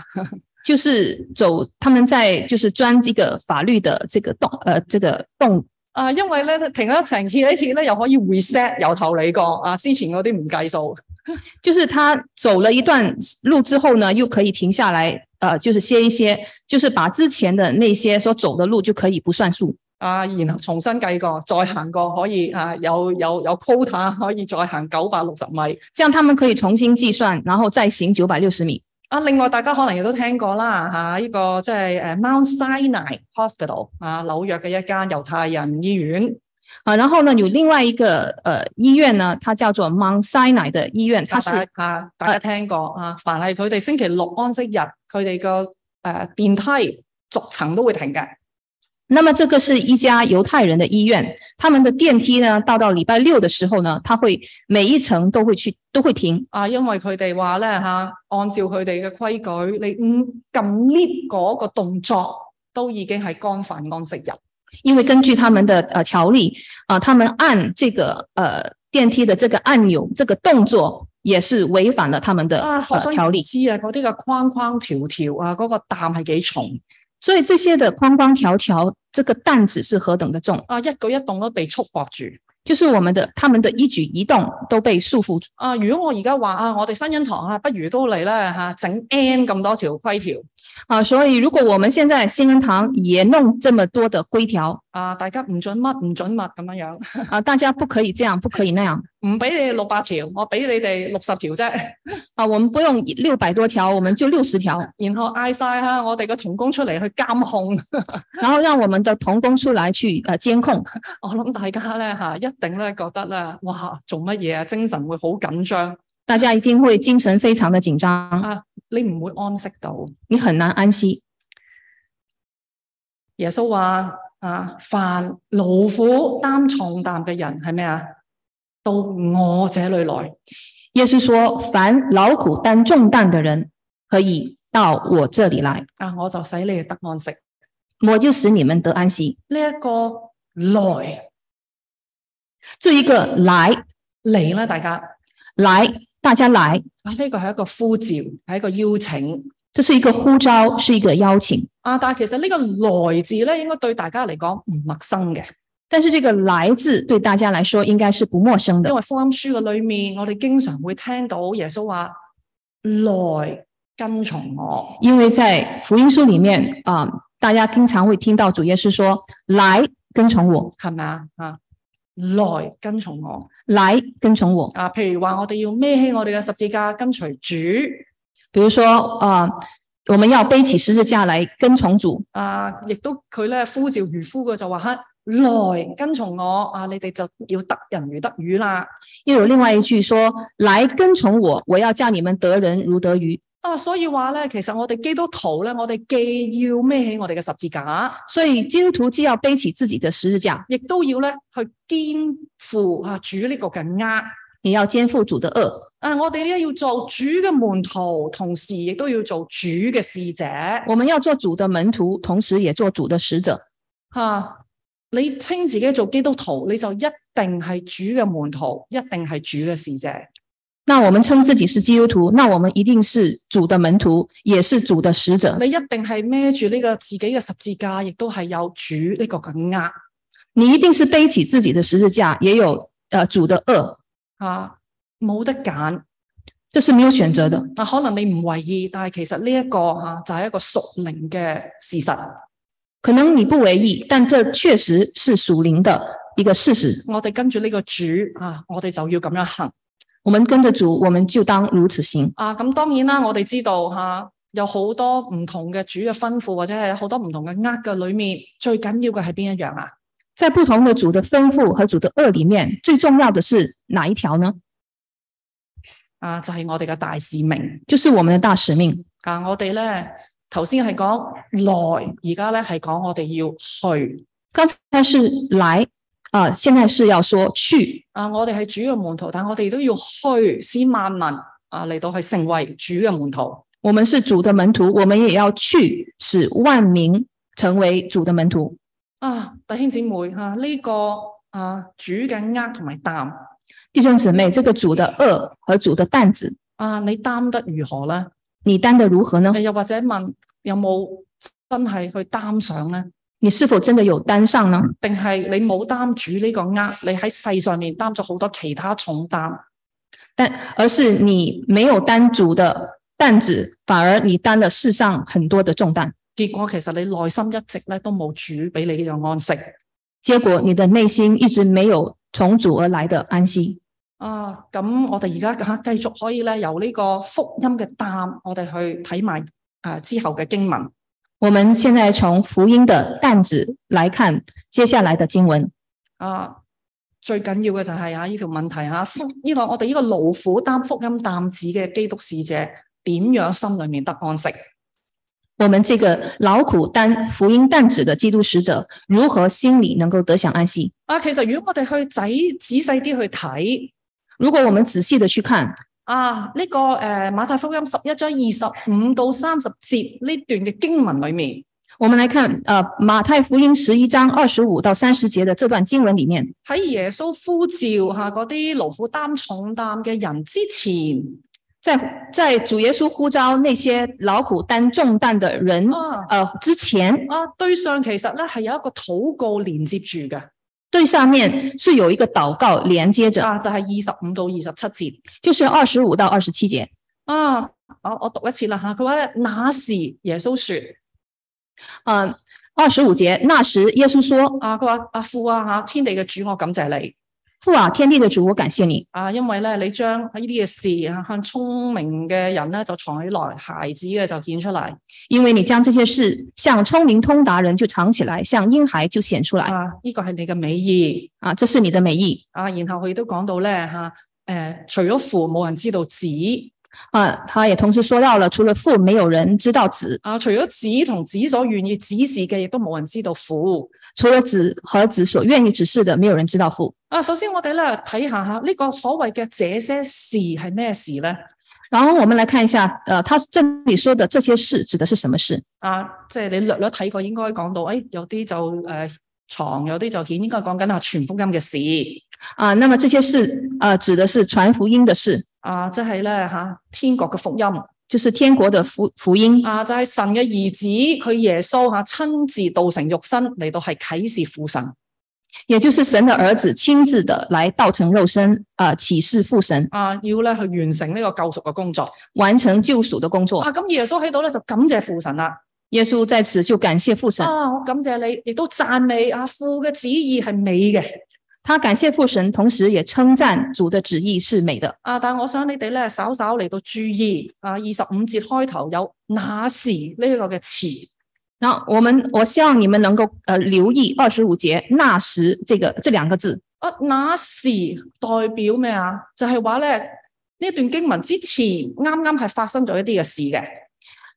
B: 就是走他們在就是鑽這個法律的這個洞，呃，這個洞
C: 啊，因為咧停一停歇一歇咧，又可以 reset 由頭嚟過啊，之前嗰啲唔計數。
B: 就是他走了一段路之后呢，又可以停下来，呃，就是歇一歇，就是把之前的那些所走的路就可以不算数，
C: 啊，然後重新計過，再行過可以啊，有有有 quota 可以再行九百六十米。
B: 这样他们可以重新计算，然后再行九百六十米。
C: 啊，另外大家可能亦都聽過啦嚇，呢、個即係誒 Mount Sinai Hospital 啊，紐約嘅一間猶太人醫院。
B: 啊，然后呢，有另外一个呃医院呢，它叫做 Mount Sinai 的医院，它
C: 大
B: 是
C: 家啊，大家聽過啊，凡係佢哋星期六安息日，佢哋個誒電梯逐層都會停嘅。
B: 那么这个是一家犹太人的医院，他们的电梯呢，到到礼拜六的时候呢，它会每一层都会去都会停，
C: 啊，因為佢哋話咧嚇，按照佢哋嘅規矩，你唔撳 lift 嗰個動作都已經係干犯安息日。
B: 因为根据他们的呃条例啊、他们按这个呃电梯的这个按钮这个动作也是违反了他们的、
C: 啊，可
B: 呃
C: 想
B: 条
C: 而
B: 例，
C: 知啊，嗰啲嘅框框條條啊，嗰、個擔係幾重
B: 所以这些的框框条条这个担子是何等的重，
C: 啊，一舉一動都被束縛住。
B: 就是我们的他们的一举一動都被束缚住。
C: 啊，如果我而家話啊，我哋新恩堂啊，不如都嚟啦嚇，整 N 咁多條規條
B: 啊，所以如果我们现在新恩堂也弄这么多的规条
C: 啊，大家唔准乜唔准物咁樣樣，
B: 啊，大家不可以这样，不可以那样
C: 唔俾你六百條，我俾你哋六十條啫。
B: 啊，我们不用六百多條，我们就六十條，
C: 然後嗌晒嚇我哋個童工出嚟去監控。
B: 然后让我们的童工出来去呃監控。
C: 我諗大家咧嚇一定咧覺得咧，哇，做乜嘢啊？精神會好緊張，
B: 大家一定會精神非常的緊張，
C: 你唔會安息到。
B: 你很難安息。
C: 耶穌話：啊，凡勞苦擔重擔嘅人係咩啊？到我這裏來。
B: 耶稣说：“凡劳苦担重担的人，可以到我这里来，
C: 啊，我就使你哋得安息。
B: 我就使你们得安息。
C: 呢、一個來
B: 这一个来
C: 嚟啦，大家
B: 来，大家来，
C: 啊，呢、個係一個呼召，係一個邀請。
B: 这是一个呼召，是一个邀请。
C: 啊，但係其實呢個來字咧，應該對大家嚟講唔陌生嘅，
B: 但是这个来字对大家来说應該是不陌生
C: 因
B: 的，
C: 為福音書嘅裏面，我哋經常會聽到耶穌話：來跟從我。
B: 因为在福音书里面啊、大家经常会听到主耶稣说：来跟从我，
C: 係咪啊？啊，來跟從我
B: 来跟从我。
C: 啊！譬如話，我哋要孭起我哋嘅十字架，跟隨主
B: 比如说，呃，我们要背起十字架来跟从主，
C: 啊，亦都佢咧呼召漁夫嘅就話：，哈，來跟從我啊！你哋就要得人如得魚啦。
B: 又有另外一句说：“来跟从我，我要叫你们得人如得鱼。
C: 啊，所以話咧，其實我哋基督徒咧，我哋既要孭起我哋嘅十字架，”
B: 所以基督徒既要背起自己的十字架，
C: 亦都要咧去肩負啊主呢個嘅軛。
B: 也要肩负主的恶。
C: 啊，我哋咧要做主嘅門徒，同時亦都要做主嘅使者。
B: 我们要做主的门徒，同时也做主的使者。
C: 吓、啊你稱自己做基督徒，你就一定係主嘅門徒，一定係主嘅使者。
B: 那我们称自己是基督徒，那我们一定是主的门徒，也是主的使者。
C: 你一定係孭住呢個自己嘅十字架，亦都係有主呢個嘅軛。
B: 你一定是背起自己的十字架，也有呃主的恶，
C: 啊，冇得揀。
B: 这是没有选择的。
C: 嗱，嗯可能你唔為意，但係其實呢、一個吓、啊就係一個屬靈嘅事實。
B: 可能你不为意，但这确实是属灵的一个事实。
C: 我哋跟住呢個主啊，我哋就要咁樣行
B: 我们跟着主，我们就当如此行。
C: 啊。咁當然啦，我哋知道吓、啊有好多唔同嘅主嘅吩咐，或者係好多唔同嘅呃嘅裏面，最緊要嘅係邊一樣啊？
B: 在不同的主的吩咐和主的恶里面，最重要的是哪一条呢？
C: 啊，就係我哋嘅大使命
B: 就是我们的大使命。
C: 啊！我哋咧頭先係講來，而家咧係講我哋要去
B: 刚才是来啊、现在是要说去。
C: 啊！我哋係主嘅門徒，但我哋都要去使萬民啊嚟到去成為主嘅門徒。
B: 我们是主的门徒，我们也要去，使万民成为主的门徒。
C: 啊，弟兄姊妹啊，呢、個啊主嘅呃同埋擔
B: 弟兄姊妹，这个主的恶和主的担子，
C: 啊，你擔得如何咧？
B: 你担得如何呢？
C: 你又或者問有冇真係去擔上咧？
B: 你是否真的有担上呢？
C: 定係你冇擔主呢個呃，你喺世上面擔咗好多其他重擔
B: 但而是你没有担主的担子，反而你担了世上很多的重担，
C: 結果其實你內心一直咧都冇主俾你呢個安息
B: 结果你的内心一直没有从主而来的安息。
C: 啊！咁我哋而家啊嚇繼續可以咧由呢個福音嘅擔，我哋去睇埋啊之後嘅經文。
B: 我们现在从福音的担子来看接下来的经文。
C: 啊，最緊要嘅就係啊呢條問題啊，福呢、個我哋呢個勞苦擔福音擔子嘅基督使者，點樣心裏面得安息？
B: 我们这个劳苦担福音担子的基督使者，如何心里能够得享安息？
C: 啊，其實如果我哋去仔仔細啲去睇
B: 如果我们仔细的去看
C: 啊，呢、個诶、呃馬太福音十一章二十五到三十節呢段嘅經文裏面，
B: 我们来看，呃，马太福音十一章二十五到三十节的这段经文里面，
C: 喺耶穌呼召吓嗰啲勞苦擔重擔嘅人之前
B: 在在主耶穌呼召那些劳苦担重担的人，
C: 啊
B: 呃，之前
C: 啊對上其實咧係有一個禱告連接住嘅
B: 对下面是有一个祷告连接着，
C: 啊，就係二十五到二十七節。
B: 就是二十五到二十七节。
C: 啊，我我读一次啦吓，佢话咧，那时耶稣说
B: 嗯、呃，二十五节，那时耶穌说
C: 啊，佢话阿父啊吓，天地嘅主，我感谢你：“
B: 父啊，天地的主，我感谢你，
C: 啊，因为咧你将呢啲嘅事啊向聪明嘅人咧就藏起來，孩子嘅就顯出嚟
B: 因为你将这些事向聪明通达人就藏起来，向婴孩就显出来
C: 啊，呢個係你嘅美意
B: 啊，这是你的美意。
C: 啊。然後佢亦都講到咧吓，诶、除咗父冇人知道子
B: 啊，他也同时说到了，除了父，没有人知道子；
C: 啊，除咗子同子所願意指示嘅，亦都冇人知道父。
B: 除了子和子所愿意指示的，没有人知道父。
C: 啊，首先我哋咧睇下吓呢個所謂嘅這些事係咩事咧？
B: 然后我们来看一下，呃，他这里说的这些事指的是什么事？
C: 啊，即係你略略睇過，應該講到，誒、有啲就誒、呃藏，有啲就顯，應該講緊啊全福音嘅事
B: 啊，那么这些事，呃，指的是传福音的事，
C: 啊，即係咧嚇天國嘅福音
B: 就是天国的福福音
C: 啊，就係、神嘅兒子佢耶穌嚇、親自道成肉身嚟到係啟示父神
B: 也就是神的儿子亲自的来道成肉身，呃，启示父神，
C: 啊，要咧去完成呢個救贖嘅工作啊
B: 完成救赎的工作。
C: 啊，咁耶穌喺度咧就感謝父神啦，
B: 耶稣在此就感谢父神，
C: 啊，我感謝你，亦都讚美阿父嘅旨意係美嘅。
B: 他感谢父神，同时也称赞主的旨意是美的。
C: 啊，但我想你哋咧稍稍嚟到注意啊，二十五節開頭有那時呢個嘅詞，
B: 然后我们，我希望你们能够呃留意二十五节“那时”这个这两个字，
C: 啊，那時代表咩啊？就係話咧呢段經文之前啱啱係發生咗一啲嘅事嘅。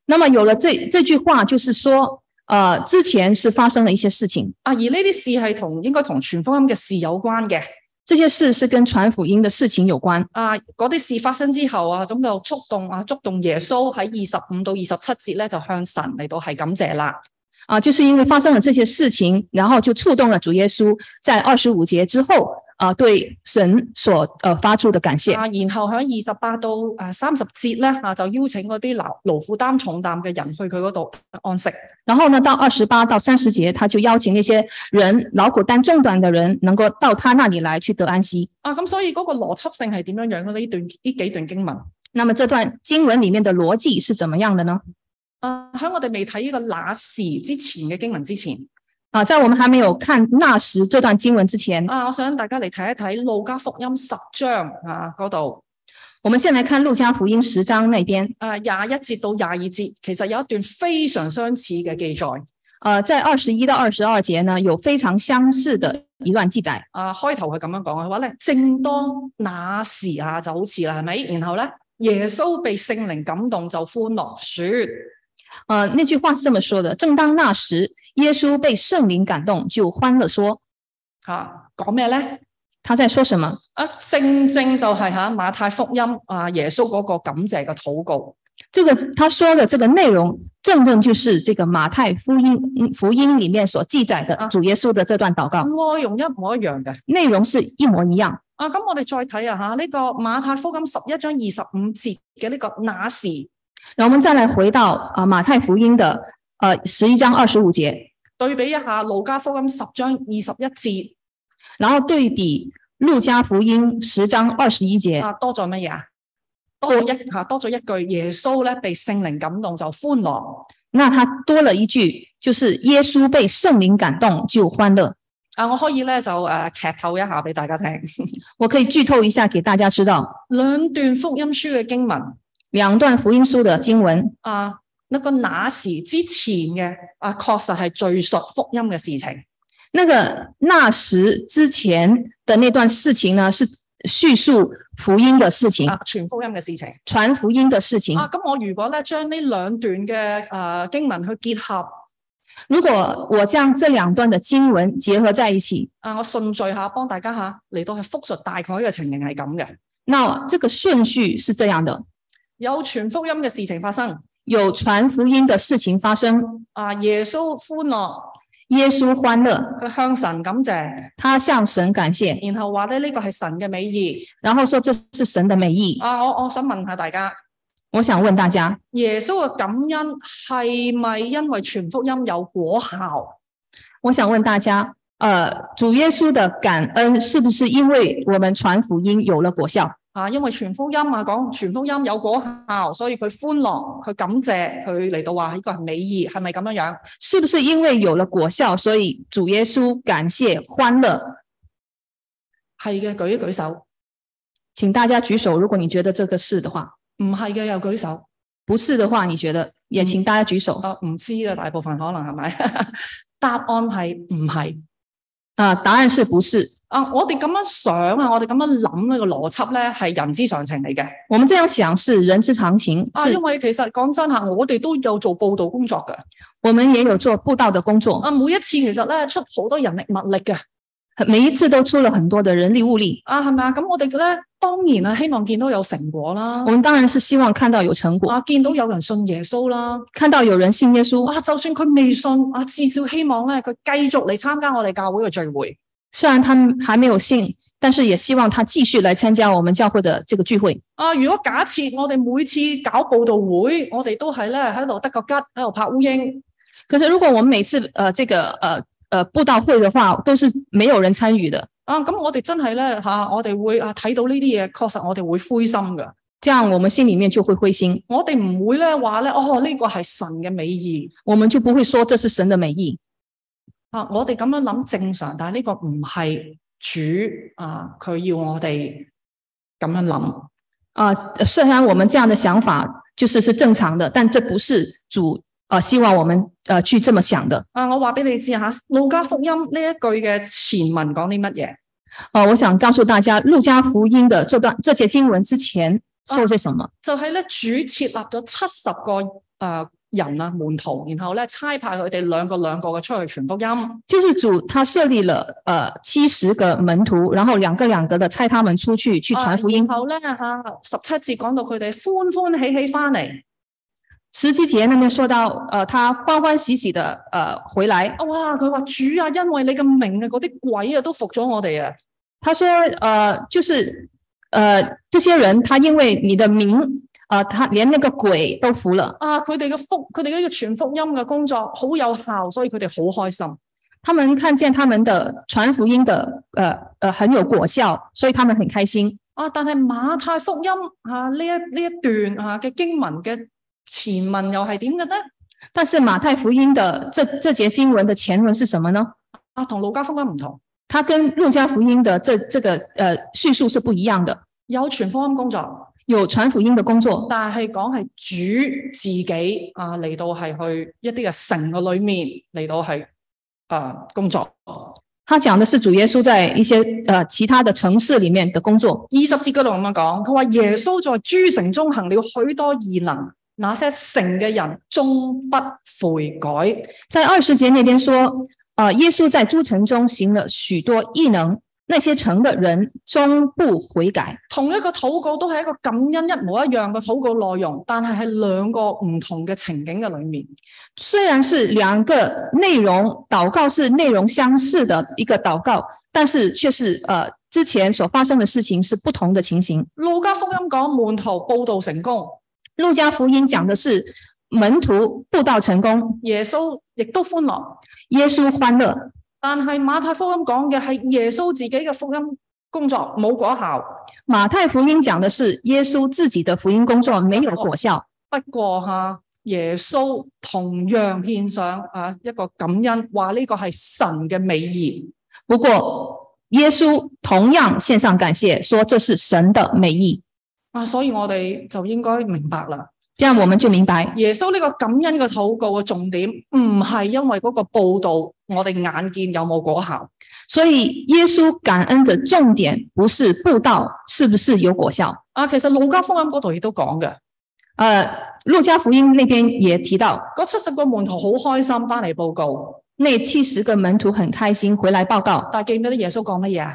B: 那么有了这这句话，就是说，呃，之前是发生了一些事情，
C: 啊，而呢啲事係同應該同全福音嘅事有關嘅。
B: 这些事是跟传福音的事情有关。
C: 啊，嗰啲事發生之後啊，咁就觸動啊，觸動耶穌喺二十五到二十七節咧，就向神嚟到係感謝啦。
B: 啊，就是因为发生了这些事情，然后就触动了主耶稣在二十五节之后，啊，对神所呃发出的感谢。
C: 啊，然後喺二十八到啊三十節咧，啊就邀請嗰啲勞勞苦擔重擔嘅人去佢嗰度安息。
B: 然后呢，到二十八到三十节，他就邀请那些人劳苦担重担的人，能够到他那里来去得安息。
C: 啊，咁所以嗰個邏輯性係點樣樣嘅呢段呢幾段經文？
B: 那么这段经文里面的逻辑是怎么样的呢？
C: 啊，喺我哋未睇呢個那時之前嘅經文之前，
B: 啊，在我们还没有看那时这段经文之前，
C: 啊，我想大家嚟睇一睇路加福音十章啊嗰度，
B: 我们先来看路加福音十章那边，
C: 啊廿一節到廿二節，其實有一段非常相似嘅記載。
B: 呃，在二十一到二十二节呢，有非常相似的一段记载。
C: 啊，開頭係咁樣講嘅話咧，正當那時啊，就好似啦，係咪？然後咧，耶穌被聖靈感動就歡樂説：
B: 呃，那句話是这么說的：正當那時，耶穌被聖靈感動，就歡樂說。
C: 啊，講咩咧？
B: 他在說什麼？
C: 啊，正正就係嚇、馬太福音啊，耶穌嗰個感謝嘅禱告。
B: 这个他說的這個內容，正正就是這個馬太福音福音里面所記載的
C: 啊
B: 主耶穌的這段禱告，
C: 內容一模一樣嘅。
B: 內容是一模一樣。
C: 啊，咁我哋再睇下嚇呢個馬太福音十一章二十五節嘅呢個那時，
B: 然後我們再來回到啊、呃、馬太福音的呃十一章二十五節，
C: 對比一下路加福音十章二十一節
B: 然後對比路加福音十章二十一節，
C: 啊，多咗乜嘢啊？多咗一嚇，多咗一句耶穌咧被聖靈感動就歡樂。
B: 那他多了一句，就是耶穌被聖靈感動就歡樂。
C: 啊，我可以咧就誒劇透一下俾大家聽，
B: 我可以劇透一下给大家知道。
C: 兩段福音書嘅經文
B: 两段福音书的经文，
C: 啊，那個那時之前嘅啊，確實係敘述福音嘅事情
B: 那个那时之前的那段事情呢，是叙述福音的事情，
C: 啊，全福音嘅事情
B: 传福音的事情。
C: 啊。咁我如果咧將呢兩段嘅誒、啊經文去結合
B: 如果我将这两段的經文结合在一起，
C: 啊，我順序下幫大家嚇嚟到去復述大概嘅情形係咁嘅，
B: 那这个顺序是这样的：
C: 有全福音嘅事情發生
B: 有传福音的事情发生，
C: 啊，耶穌歡樂，
B: 耶穌歡樂，
C: 佢向神感謝，
B: 他向神感謝，
C: 然後話咧呢個係神嘅美意
B: 然後說这是神的美意。
C: 啊。我我想問下大家。
B: 我想問大家，
C: 耶穌嘅感恩係咪因為全福音有果效？
B: 我想問大家，呃，主耶穌的感恩是不是因為我們傳福音有了果效？
C: 啊，因為全福音啊，講全福音有果效，所以佢歡樂，佢感謝，佢嚟到話呢個係美意，係咪咁樣樣？
B: 是不是因為有了果效，所以主耶穌感謝歡樂？
C: 係嘅，舉一舉手；
B: 請大家舉手，如果你覺得這個是的話，
C: 唔係嘅又舉手。
B: 不是的話，你覺得也請大家舉手。
C: 啊，唔知嘅大部分可能係咪？ 答案係唔係？
B: 啊、答案是不是？
C: 啊，我哋咁樣想啊，我哋咁樣諗呢個邏輯咧，係人之常情嚟嘅。
B: 我們這樣想是人之常情，
C: 啊，
B: 是
C: 因為其實講真嚇，我哋都有做報道工作嘅。
B: 我們也有做布道的工作，
C: 啊，每一次其實咧出好多人力物力嘅。
B: 每一次都出了很多的人力物力。
C: 啊，係咪啊？咁我哋咧，當然啊，希望見到有成果啦
B: 我，們當然是希望看到有成果，
C: 啊，見到有人信耶穌啦，
B: 看到有人信耶穌。
C: 啊，就算佢未信，啊，至少希望咧佢繼續嚟參加我哋教會嘅聚會，
B: 虽然他们还没有信，但是也希望他继续来参加我们教会的这个聚会。
C: 啊，如果假設我哋每次搞報道會，我哋都係咧喺度得個吉，喺度拍烏蠅，
B: 可是如果我们每次呃这个呃呃布道会的话，都是没有人参与的，
C: 啊，咁我哋真係咧嚇，我哋會啊睇到呢啲嘢，確實我哋會灰心㗎。
B: 这样我们心里面就会灰心，
C: 我哋唔會咧話咧，哦呢、個係神嘅美意
B: 我们就不会说这是神的美意。
C: 啊！我哋咁樣諗正常，但係呢個唔係主啊，佢要我哋咁樣諗。
B: 啊、呃虽然我们这样的想法就是是正常的，但这不是主啊、呃希望我们呃去这么想的。
C: 啊，我話俾你知吓，路加福音呢一句嘅前文講啲乜嘢？
B: 呃，我想告诉大家，《路加福音》的这段这节经文之前说些什么？
C: 就係咧主設立咗七十個诶人啊門徒，然後咧差派佢哋兩個兩個嘅出去傳福音。
B: 就是主他设立了呃七十个门徒，然后两个两个的差他们出去去传福音
C: 啊。然後咧吓十七節講到佢哋歡歡喜喜翻嚟，
B: 十七节那边说到，呃，他欢欢喜喜的呃回来，
C: 啊哇！佢話主啊，因為你嘅名啊，嗰啲鬼啊都服咗我哋啊！
B: 他说，呃，就是呃这些人他因为你的名，呃，他连那个鬼都服了，
C: 啊，佢哋嘅福，佢哋呢個傳福音嘅工作好有效，所以佢哋好開心。
B: 他们看见他们的传福音的呃呃很有果效，所以他们很开心。
C: 啊，但係馬太福音啊呢一呢一段啊嘅經文嘅前文又係點嘅咧？
B: 但是马太福音的这这节经文的前文是什么呢？
C: 啊，同路加福音唔同，
B: 它跟路加福音的这这个呃叙述是不一样的，
C: 有傳福音工作，
B: 有传福音的工作，
C: 但係講係主自己啊嚟到係去一啲嘅城嘅裏面嚟到係啊工作。
B: 他讲的是主耶稣在一些呃其他的城市里面的工作。
C: 二十節嗰度咁樣講，佢話耶穌在諸城中行了許多異能，那些城嘅人終不悔改。
B: 在二十节那边说，呃，耶稣在诸城中行了许多异能，那些城的人终不悔改。
C: 同一個禱告都係一個感恩一模一樣嘅禱告內容，但係係兩個唔同嘅情景嘅裏面。
B: 虽然是两个内容祷告是内容相似的一个祷告，但是却是呃之前所发生的事情是不同的情形。
C: 路加福音講門徒報道成功，
B: 路加福音讲的是门徒布道成功，
C: 耶穌亦都歡樂；
B: 耶稣欢乐；
C: 但係馬太福音講嘅係耶穌自己嘅福音工作冇果效。
B: 马太福音讲的是耶稣自己的福音工作没有果效。
C: 不過吓，耶穌同樣獻上啊一個感恩，話呢個係神嘅美意。
B: 不过，耶稣同样献上感谢，说这是神的美意。
C: 啊，所以我哋就應該明白啦。
B: 这样我们就明白，
C: 耶穌呢個感恩嘅禱告嘅重點，唔係因為嗰個報道，我哋眼見有冇果效，
B: 所以耶稣感恩的重点不是布道是不是有果效。
C: 啊，其實路加福音嗰度亦都講嘅，
B: 呃，路加福音那边也提到，
C: 嗰七十個門徒好開心翻嚟報告，
B: 那七十个门徒很开心回来报告，
C: 但係記唔記得耶穌講乜嘢啊？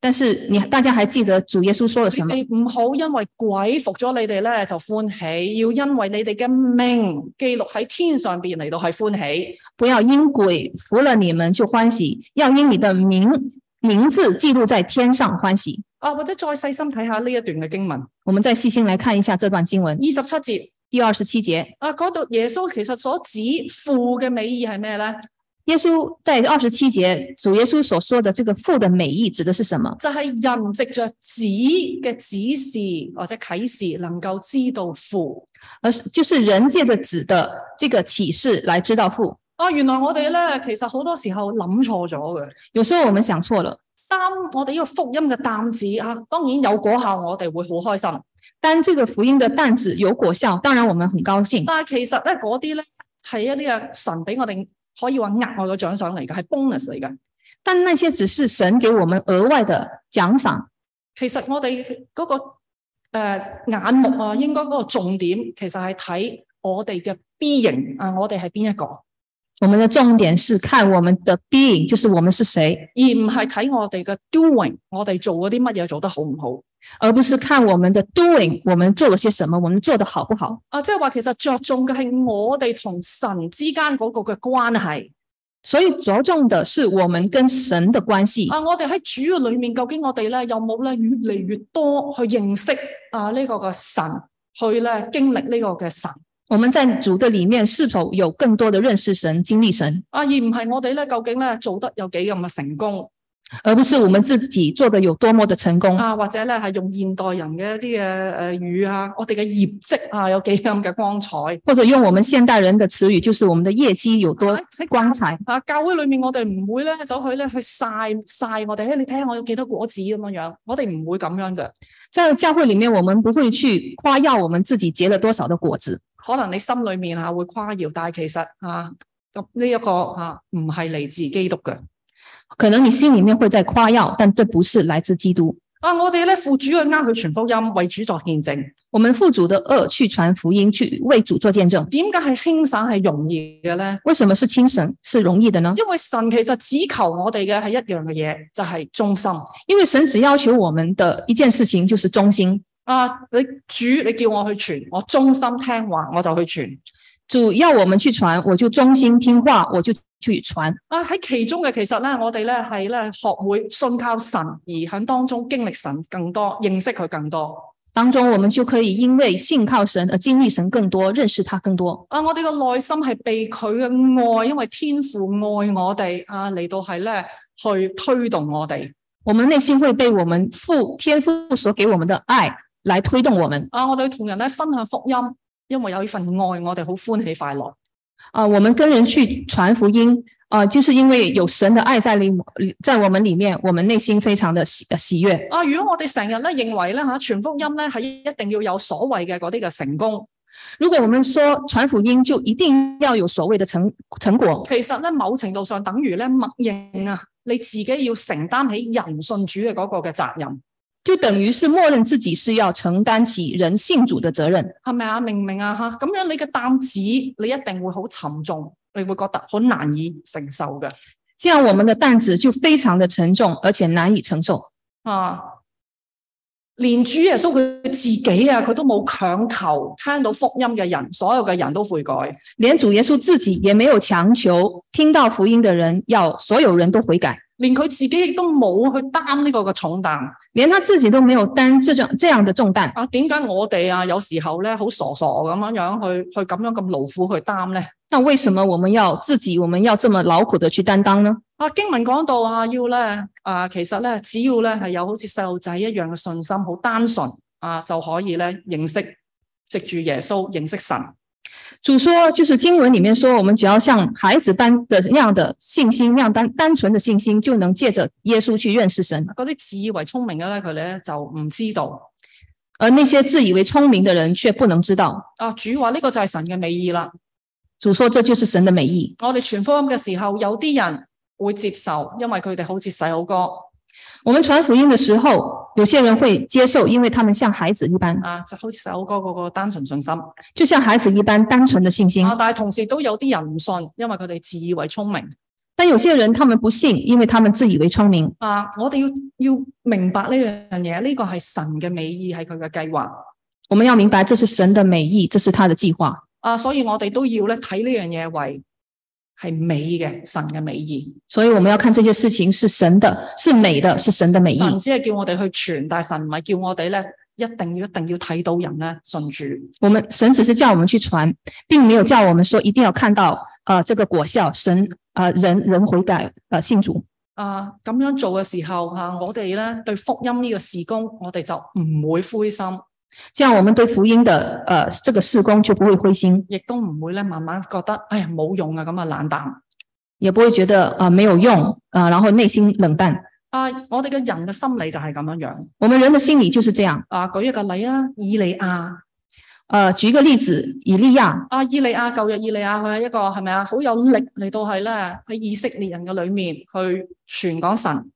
B: 但是你大家还记得主耶稣说了
C: 你
B: 什么？
C: 哋唔好因為鬼服咗你哋咧就歡喜，要因為你哋嘅命記錄喺天上邊嚟到係歡喜。
B: 不要因鬼服了你们就欢喜，要因你的名名字记录在天上欢喜。
C: 啊，或者再細心睇下呢一段嘅經文，二
B: 我们再细心来看一下这段经文
C: 十七節
B: 第二十七节。
C: 啊，嗰度耶穌其實所指父嘅美意係咩咧？
B: 耶稣在二十七节，主耶稣所说的这个父的美意指的是什么？
C: 就係人藉着子嘅指示或者啟示，能夠知道父。
B: 而是就是人借着子的这个启示来知道父。
C: 啊，原來我哋咧，其實好多時候諗錯咗嘅。
B: 有時候我们想错了，
C: 擔我哋呢個福音嘅擔子啊，當然有果效，我哋會好開心。
B: 但这个福音的担子有果效，当然我们很高兴。
C: 但係其實咧，嗰啲咧係一啲嘅神俾我哋可以話額外嘅獎賞嚟嘅，係 bonus 嚟嘅。
B: 但那些只是神给我们额外的奖赏。
C: 其實我哋嗰、個呃眼目啊，應該嗰個重點其實係睇我哋嘅 B 型啊，我哋係邊一個，而
B: 我们的重点是看我们的 being，就是我们是谁，
C: 唔係睇我哋嘅 doing，我哋做嗰啲乜嘢做得好唔好。
B: 而不是看我们的 doing，我们做了些什么，我们做的好不好。
C: 啊，即係話其實着重嘅係我哋同神之間嗰個嘅關係
B: 所以着重的是我们跟神的关系。
C: 啊，我哋喺主嘅裏面，究竟我哋咧有冇咧越嚟越多去認識啊呢、個嘅神，去咧經歷呢個嘅神
B: 我们在主的里面是否有更多的认识神、经历神，
C: 啊，而唔係我哋咧究竟咧做得有幾咁嘅成功
B: 而不是我们自己做的有多么的成功，
C: 啊，或者咧係用現代人嘅一啲嘅誒語啊，我哋嘅業績啊有幾咁嘅光彩。
B: 或者用我们现代人的词語，就是我们的業績有多
C: 喺喺
B: 光彩。
C: 啊，教會裏面我哋唔會咧走去咧去晒晒我哋，哎誒你睇下我有幾多果子咁樣樣，我哋唔會咁樣嘅。
B: 在教會里面，我們不會去誇耀我們自己結了多少的果子，
C: 可能你心裏面嚇啊會誇耀，但係其實啊咁呢一個啊唔係嚟自基督嘅。
B: 可能你心里面会在誇耀，但這不是來自基督。
C: 啊，我哋咧副主嘅呃佢傳福音，為主作見證。
B: 我們父主的恶去傳福音，去為主做見證。
C: 點解係輕省係容易嘅咧？
B: 為什麼是輕省是容易的呢？
C: 因為神其實只求我哋嘅係一樣嘅嘢，就係、忠心。
B: 因為神只要求我們的一件事情就是忠心。
C: 啊！你主，你叫我去傳，我忠心聽話，我就去傳。
B: 主要我們去傳，我就忠心聽話，我就去傳。
C: 啊！喺其中嘅其實咧，我哋咧係咧學會信靠神，而喺當中經歷神更多，認識佢更多。
B: 當中，我們就可以因為信靠神而經歷神更多，認識他更多。
C: 啊！我哋嘅內心係被佢嘅愛，因為天父愛我哋啊，嚟到係咧去推動我哋。
B: 我們內心會被我們父天父所給我們的愛來推動我們
C: 啊！我哋同人咧分享福音，因為有呢份愛，我哋好歡喜快樂。
B: 啊、我們跟人去傳福音啊、就是因為有神的愛在里，在我们里面，我们内心非常的喜呃喜悦。
C: 啊！如果我哋成日咧認為咧嚇傳福音咧係一定要有所謂嘅嗰啲嘅成功，
B: 如果我們說傳福音就一定要有所謂的成成果，
C: 其實咧某程度上等於咧默認啊，你自己要承擔起人信主嘅嗰個嘅責任。
B: 就等於是默認自己是要承擔起人信主的責任。
C: 係咪啊？明唔明啊？吓，咁樣你嘅擔子，你一定會好沉重，你會覺得好難以承受嘅。
B: 這樣我們的擔子就非常的沉重，而且难以承受。
C: 啊，連主耶穌佢自己啊，佢都冇強求聽到福音嘅人，所有嘅人都悔改。
B: 连主耶稣自己也没有强求听到福音的人要所有人都悔改，
C: 連佢自己亦都冇去擔呢個嘅重擔。
B: 连他自己都没有担这种这样的重担。
C: 啊，點解我哋啊有時候咧好傻傻咁樣樣去去咁樣咁勞苦去擔咧？
B: 那为什么我们要自己我们要这么劳苦的去担当呢？
C: 啊，經文講到啊，要咧啊，其實咧，只要咧係有好似細路仔一樣嘅信心，好單純啊，就可以咧認識，藉住耶穌認識神。
B: 主说，就是经文里面说，我们只要像孩子般的那样的信心，那样单单纯的信心，就能借着耶稣去认识神。
C: 嗰啲自以為聰明嘅咧，佢哋咧就唔知道。
B: 而那些自以为聪明的人却不能知道。
C: 啊，主話呢個就係神嘅美意啦。
B: 主说，这就是神的美意。
C: 我哋傳福音嘅時候，有啲人會接受，因為佢哋好似細佬哥
B: 我们传福音的时候，有些人会接受，因为他们像孩子一般，
C: 啊，就好似細佬哥嗰個單純信心。啊，
B: 就像孩子一般单纯的信心。
C: 但係同時都有啲人唔信，因為佢哋自以為聰明。
B: 但有些人他们不信，因为他们自以为聪明。
C: 啊，我哋要要明白呢樣嘢，呢、個係神嘅美意，係佢嘅計劃。
B: 我们要明白，这是神的美意，这是他的计划。
C: 啊，所以我哋都要咧睇呢樣嘢為係美嘅神嘅美意。
B: 所以我们要看这些事情是神的，是美的，是神的美意。
C: 神只係叫我哋去傳，但係神唔係叫我哋咧一定要一定要睇到人咧信主。
B: 我们神只是叫我们去传，并没有叫我们说一定要看到呃这个果效，神呃人人悔改呃信主。
C: 啊，咁樣做嘅時候啊，我哋咧對福音呢個事工，我哋就唔會灰心，
B: 这样我们对福音的呃这个事工就不会灰心，
C: 亦都唔會咧慢慢覺得哎呀冇用啊咁啊冷淡。
B: 也不会觉得呃没有用呃，然后内心冷淡。
C: 啊，我哋嘅人嘅心理就係咁樣樣。
B: 我们人的心理就是这样。
C: 啊，舉一個例啊，以利亞。
B: 呃，舉一个例子，以利亚，
C: 啊，以利亞舊日以利亞，佢係一個係咪啊，好有力嚟到係咧喺以色列人嘅裏面去傳講神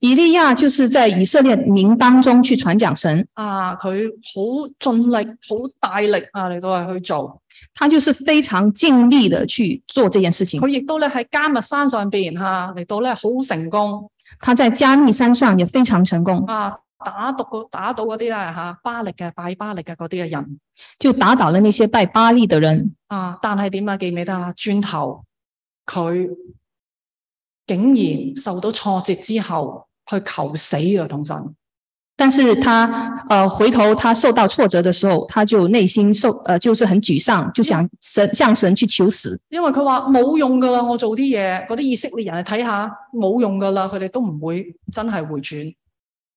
B: 以利亚就是在以色列民当中去传讲神，
C: 啊，佢好盡力、好大力啊嚟到係去做，
B: 他就是非常尽力的去做这件事情。
C: 佢亦都咧喺加密山上邊嚇嚟到咧好成功
B: 他在加密山上也非常成功，
C: 啊，打到個打到嗰啲咧嚇巴力嘅拜巴力嘅嗰啲嘅人
B: 就打倒了那些拜巴利的人。
C: 啊，但係點啊記唔記得啊？轉頭佢竟然受到挫折之後去求死啊，同神。
B: 但是他呃回头他受到挫折的时候，他就内心受呃就是很沮丧，就想神向神去求死，
C: 因為佢話冇用噶啦，我做啲嘢，嗰啲以色列人睇下冇用噶啦，佢哋都唔會真係回轉，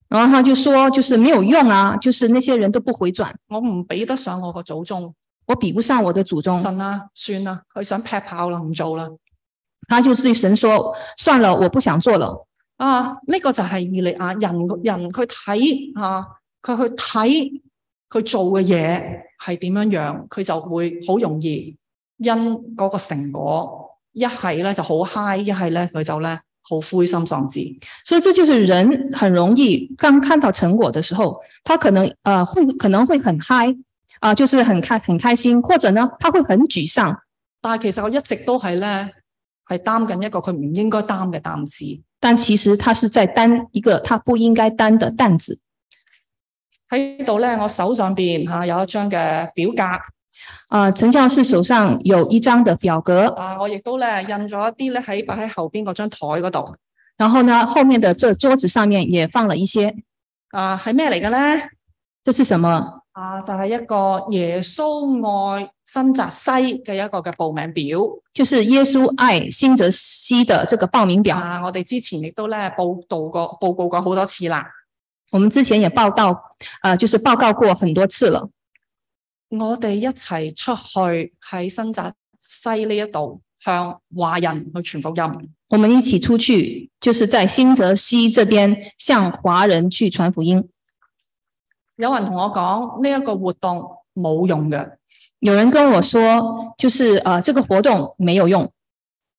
B: 然后他就说就是没有用啊，就是那些人都不回转，
C: 我唔比得上我個祖宗。
B: 我比不上我的祖宗。
C: 神啊，算啦，佢想劈炮啦，唔做啦。
B: 他就是对神说：算了，我不想做了。
C: 啊，呢、個就係以利亞人人佢睇啊，佢去睇佢做嘅嘢係點樣樣，佢就會好容易因嗰個成果，一係咧就好 high，一係咧佢就咧好灰心喪志。
B: 所以这就是人很容易刚看到成果的时候，他可能呃会可能会很嗨啊、就是很开很开心，或者呢他会很沮丧。
C: 但係其實我一直都係咧係擔緊一個佢唔應該擔嘅擔子，
B: 但其实他是在担一个他不应该担的担子。
C: 喺度咧，我手上邊嚇有一張嘅表格。
B: 啊，陈教士手上有一张的表格，
C: 啊，我亦都咧印咗一啲咧喺擺喺後邊嗰張台嗰度。
B: 然后呢，后面的这桌子上面也放了一些。
C: 啊，係咩嚟嘅咧？
B: 这是什么？
C: 啊，就係、一個耶穌愛新澤西嘅一個嘅報名表。
B: 就是耶稣爱新泽西的这个报名表。
C: 啊，我哋之前亦都咧報道過、報告過好多次啦。
B: 我们之前也报道，呃，就是报告过很多次了。
C: 我哋一齊出去喺新澤西呢一度向華人去傳福音。
B: 我们一起出去，就是在新泽西这边向华人去传福音。
C: 有人同我講呢一個活動冇用嘅。
B: 有人跟我说，就是呃，这个活动没有用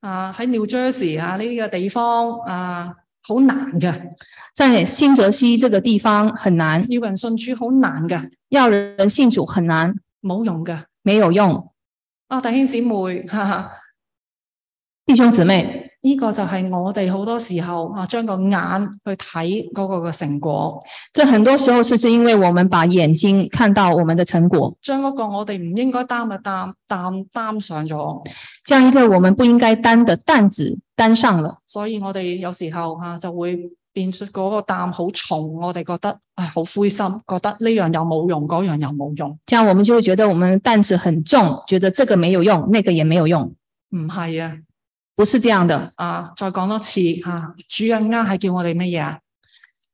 C: 啊，喺 New Jersey 啊呢啲嘅地方啊，好難嘅，
B: 在新泽西这个地方很难，
C: 要人信主好難嘅，
B: 要人信主很难，
C: 冇用嘅。
B: 没有用。
C: 啊，弟兄姊妹，哈哈，
B: 弟兄姊妹，
C: 呢、個就係我哋好多時候啊，將個眼去睇嗰個嘅成果，
B: 这很多时候是是因为我们把眼睛看到我们的成果，
C: 將嗰個我哋唔應該擔嘅擔擔擔上咗，
B: 这样一个我们不应该担的担子担上了，
C: 所以我哋有時候啊就會變出嗰個擔好重，我哋覺得唉好灰心，覺得呢樣又冇用，嗰樣又冇用，
B: 这样我们就会觉得我们的担子很重，觉得这个没有用，那个也没有用，
C: 唔係啊！
B: 不是这样的。
C: 啊，再講多次吓、啊，主嘅呃係叫我哋乜嘢啊？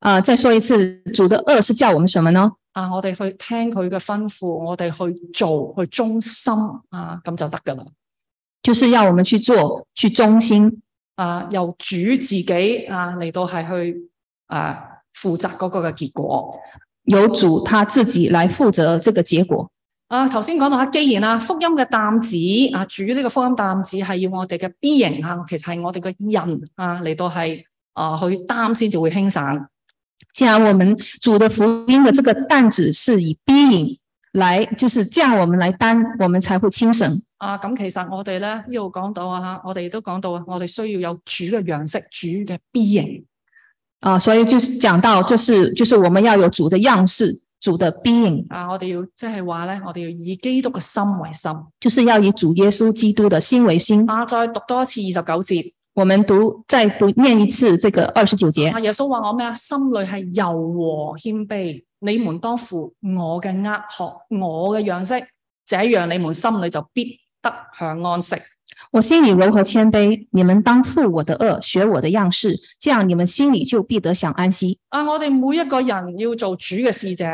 B: 呃，再说一次，主的恶是叫我们什么呢？
C: 啊，我哋去聽佢嘅吩咐，我哋去做，去忠心啊，咁就得噶啦。
B: 就是要我们去做，去忠心，
C: 啊，由主自己啊嚟到係去啊負責嗰個嘅結果。
B: 由主他自己来负责这个结果。
C: 啊，頭先講到啊，既然啊福音嘅擔子啊，主呢個福音擔子係要我哋嘅 B 型啊，其實係我哋嘅人啊嚟到係啊去擔先至會輕省。
B: 既然我们主的福音的这个担子是以逼引来，就是这样我们来担，我们才会轻省。
C: 啊，咁其實我哋咧呢度講到啊，我哋都講到啊，我哋需要有主嘅樣式，主嘅 B 型。
B: 啊、所以就是讲到，这是就是我们要有主的样式，主的逼引，
C: 啊，我哋要即係話咧，我哋要以基督嘅心為心。
B: 就是要以主耶稣基督的心为心。
C: 啊，再讀多一次二十九節。
B: 我们读再读念一次这个二十九节
C: 啊，，耶穌話我咩啊？心裏係柔和謙卑，你們當負我嘅軛，學我嘅樣式，這樣你們心裏就必得享安息。
B: 我心里柔和谦卑，你们当负我的恶，学我的样式，这样你们心里就必得享安息。
C: 啊！我哋每一個人要做主嘅使者，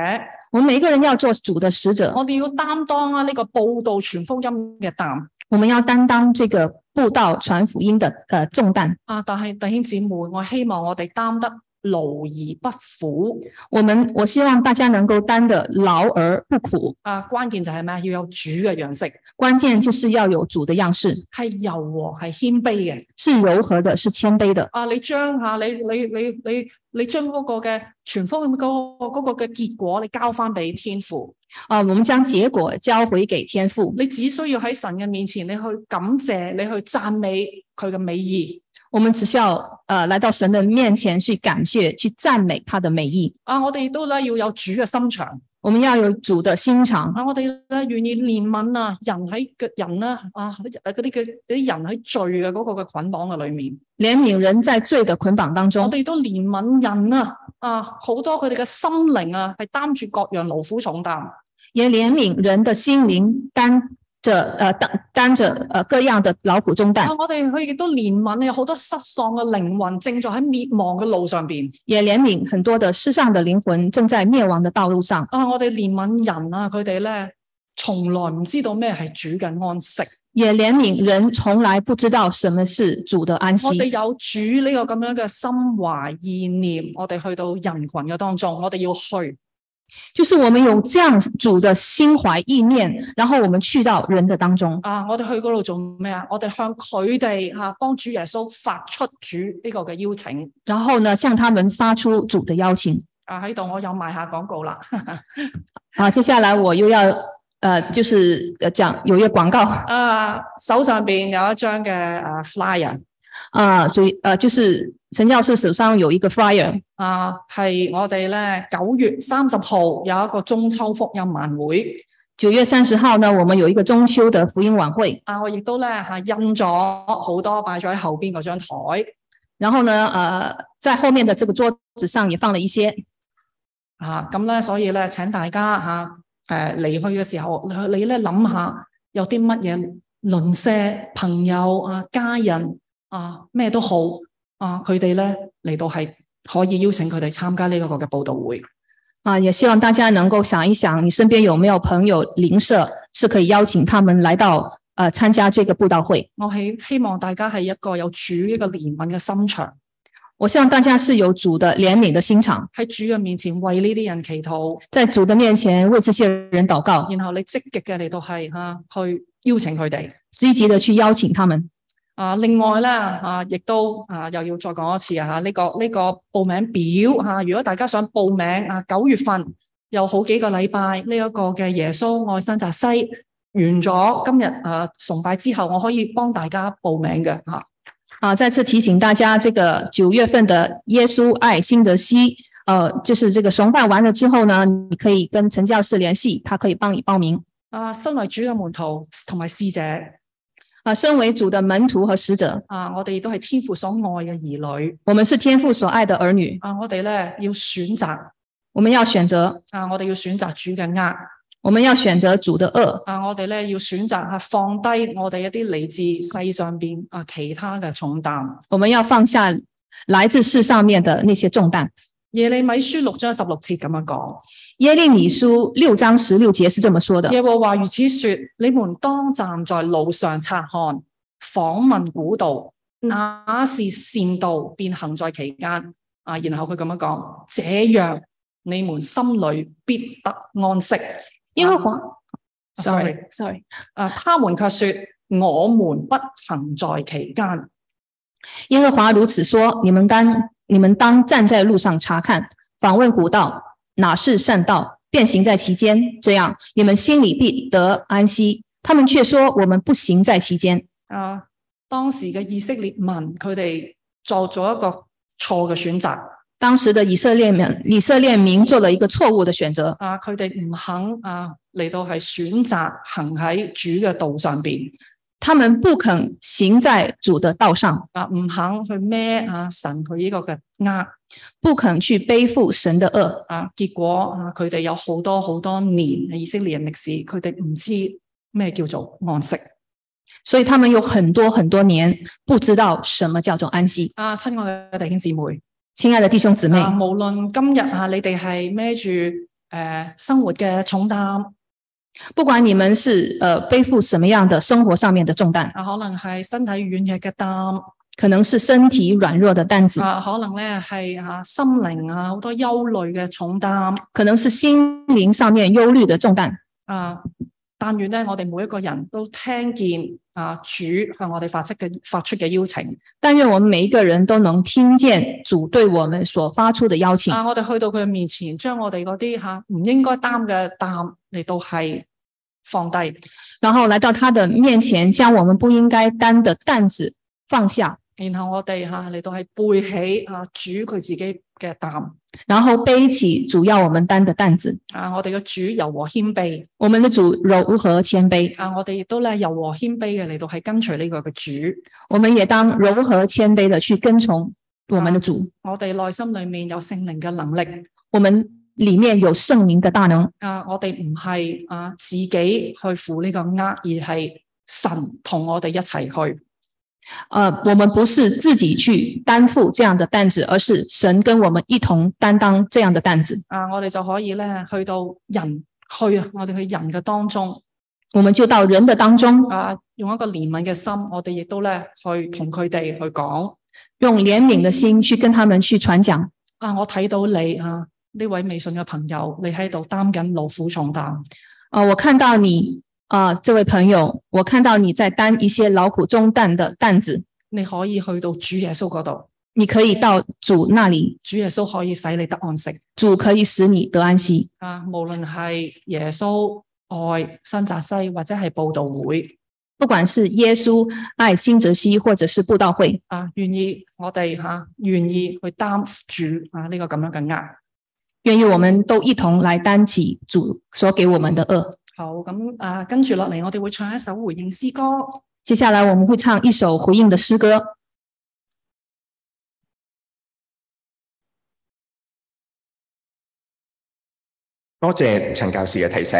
B: 我们每一个人要做主的使者，
C: 我哋要擔當啊呢個報道全福音嘅擔。
B: 我们要担当这个布道传福音的呃重担。
C: 啊！但係弟兄姊妹，我希望我哋擔得勞而不苦。
B: 我们我希望大家能夠擔的勞而不苦，
C: 啊，關鍵就係咩？要有主嘅樣式，
B: 關鍵就是要有主的樣式，
C: 係柔和，係謙卑嘅。
B: 是柔和的，是謙卑的。
C: 啊，你將下你你你你你將嗰個嘅全方位嗰個嗰個嘅結果，你交翻俾天父，
B: 啊、我們將結果交回給天父，
C: 你只需要喺神嘅面前，你去感謝，你去讚美佢嘅美意，
B: 我们只需要呃来到神的面前去感谢、去赞美他的美意。
C: 啊，我哋亦都咧要有主嘅心腸。
B: 我们要有主的心肠，
C: 啊，我哋咧願意憐憫啊人喺嘅人啦啊嗰啲嘅嗰啲人喺罪嘅嗰個嘅捆綁嘅裏面，
B: 怜悯人在罪的捆綁当
C: 我
B: 中。
C: 哋都憐憫人啊啊好多佢哋嘅心靈啊係擔住各樣勞苦重擔。
B: 也怜悯人的心灵担着呃担担着呃各样的劳苦重担
C: 啊！，我哋佢亦都憐憫有好多失喪嘅靈魂，正在喺滅亡嘅路上邊。
B: 也怜悯很多的世上的灵魂正在灭亡的道路上，
C: 啊，我哋憐憫人啊，佢哋咧從來唔知道咩係主嘅安息。
B: 也怜悯人从来不知道什么是主的安息
C: 我。哋有主呢個咁樣嘅心懷意念，我哋去到人群嘅當中，我哋要去。
B: 就是我们有这样主的心怀意念，然后我们去到人的当中，
C: 啊！我哋去嗰度做咩啊？我哋向佢哋吓帮主耶穌發出主呢個嘅邀請
B: 然后呢向他们发出主的邀请。
C: 啊！喺度我有賣下廣告啦，
B: 啊，接下来我又要呃，就是呃讲有一个广告，
C: 啊手上邊有一張嘅啊 flyer
B: 啊，主呃就是陈教授手上有一个 flyer，
C: 啊，係我哋咧九月三十號有一個中秋福音晚會
B: 九月三十号呢，我们有一个中秋的福音晚会，
C: 啊！我亦都咧吓印咗好多擺咗喺後邊嗰張台
B: 然后呢，呃，在后面的这个桌子上也放了一些，
C: 啊，咁咧所以咧請大家吓誒離去嘅時候，你你咧諗下有啲乜嘢鄰舍、朋友啊、家人啊咩都好啊，佢哋咧嚟到係可以邀請佢哋參加呢一個嘅佈道會。
B: 啊，也希望大家能够想一想，你身边有没有朋友邻舍是可以邀请他们来到呃参加这个布道会。
C: 我希希望大家係一個有主一個憐憫嘅心腸，
B: 我希望大家是有主的怜悯的心肠，
C: 喺主嘅面前為呢啲人祈禱，
B: 在主的面前为这些人祷告，
C: 然後你積極嘅嚟到係嚇去邀請佢哋。
B: 积极的去邀请他们。
C: 啊，另外咧，啊，亦都啊，又要再講一次啊，嚇、呢、個呢、個報名表嚇、啊如果大家想報名啊，九月份有好幾個禮拜呢一個嘅耶穌愛新澤西完咗今日啊崇拜之後，我可以幫大家報名嘅嚇。
B: 啊，再次提醒大家，这个九月份的耶稣爱新泽西，呃，就是这个崇拜完了之后呢，你可以跟陈教士联系，他可以帮你报名。
C: 啊，身為主嘅門徒同埋使者
B: 啊，身为主的门徒和使者，
C: 啊，我哋亦都係天父所愛嘅兒女
B: 我们是天父所愛的儿女，
C: 啊，我哋咧要選擇
B: 我们要選擇，
C: 啊，我哋要選擇主嘅呃
B: 我们要選擇主的恶，
C: 啊，我哋咧要選擇啊放低我哋一啲嚟自世上邊啊其他嘅重擔。
B: 我们要放下来自世上面的那些重担。
C: 耶利米書六章十六節咁樣講，
B: 耶利米书六章十六节是这么说的：
C: 耶和華如此說：你們當站在路上察看，訪問古道，那是善道，便行在其間。啊，然後佢咁樣講，這樣你們心裏必得安息。
B: 因为华，sorry，
C: sorry，啊，他們卻說：我們不行在其間。
B: 耶和华如此说：你们当你们当站在路上查看，访问古道，哪是善道，便行在其间。这样，你们心里必得安息。他们却说：我们不行在其间。
C: 啊，當時嘅以色列民佢哋作咗一個錯嘅選擇。
B: 当时的以色列民，以色列民做了一个错误的选择，
C: 啊，佢哋唔肯啊嚟到係選擇行喺主嘅道上邊
B: 他们不肯行在主的道上，
C: 啊，唔肯去孭啊神佢呢個嘅呃
B: 不肯去背负神的恶。
C: 啊，結果啊佢哋有好多好多年以色列人歷史，佢哋唔知咩叫做安息
B: 所以他们有很多很多年不知道什么叫做安息。
C: 啊，親愛嘅弟兄姊妹
B: 亲爱的弟兄姊妹，
C: 啊，無論今日啊你哋係孭住誒生活嘅重擔
B: 不管你们是呃背负什么样的生活上面的重担，
C: 啊，可能係身體軟弱嘅擔
B: 可能是身体软弱的担子，
C: 啊，可能咧係啊心靈啊好多憂慮嘅重擔。
B: 可能是心灵上面忧虑的重担。
C: 啊，但願咧，我哋每一個人都聽見啊主向我哋發出嘅發出嘅邀請。
B: 但愿我们每一个人都能听见主对我们所发出的邀请，
C: 啊，我哋去到佢嘅面前，將我哋嗰啲吓唔應該擔嘅擔嚟到係放低。
B: 然后来到他的面前，将我们不应该担的担子放下。
C: 然後我哋吓嚟到係背起啊主佢自己嘅擔
B: 然后背起主要我们担的担子。
C: 啊，我哋嘅主柔和謙卑
B: 我们的主柔和谦卑，
C: 啊，我哋亦都咧柔和謙卑嘅嚟到係跟隨呢個嘅主，
B: 我们也当柔和谦卑的去跟从我们的主。
C: 我哋內心里面有聖靈嘅能力
B: 我们里面有圣灵的大能，
C: 啊，我哋唔係啊自己去負呢個軛，而係神同我哋一齊去
B: 呃，我们不是自己去担负这样的担子，而是神跟我们一同担当这样的担子，
C: 啊，我哋就可以咧去到人去啊，我哋去人嘅當中
B: 我们就到人的当中，
C: 啊，用一個憐憫嘅心，我哋亦都咧去同佢哋去講。
B: 用怜悯的心去跟他们去传讲。
C: 啊，我睇到你啊，呢位微信嘅朋友，你喺度擔緊勞苦重擔
B: 呃，我看到你，呃，这位朋友，我看到你在担一些劳苦重担的担子，
C: 你可以去到主耶穌嗰度，
B: 你可以到主那里，
C: 主耶穌可以使你得安息
B: 主可以使你得安息。
C: 啊。無論係耶穌愛新澤西或者係佈道會
B: 不管是耶稣爱新泽西，或者是布道会，
C: 啊，願意我哋吓、啊、願意去擔主啊呢、個咁樣嘅壓。
B: 愿意我们都一同来担起主所给我们的恶。
C: 好咁啊，跟住落嚟我哋會唱一首回應詩歌。
B: 接下来我们会唱一首回应的诗歌。
A: 多謝陳教士嘅提醒。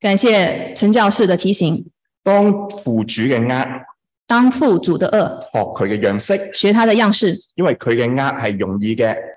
B: 感謝陈教士的提醒：
A: 當父主嘅呃
B: 当父主的恶，
A: 學佢嘅樣式，
B: 学他的样式，
A: 因為佢嘅呃係容易嘅，